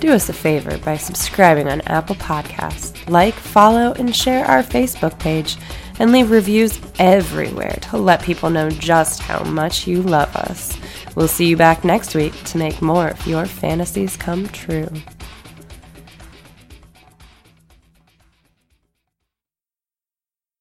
Speaker 3: Do us a favor by subscribing on Apple Podcasts, like, follow, and share our Facebook page, and leave reviews everywhere to let people know just how much you love us. We'll see you back next week to make more of your fantasies come true.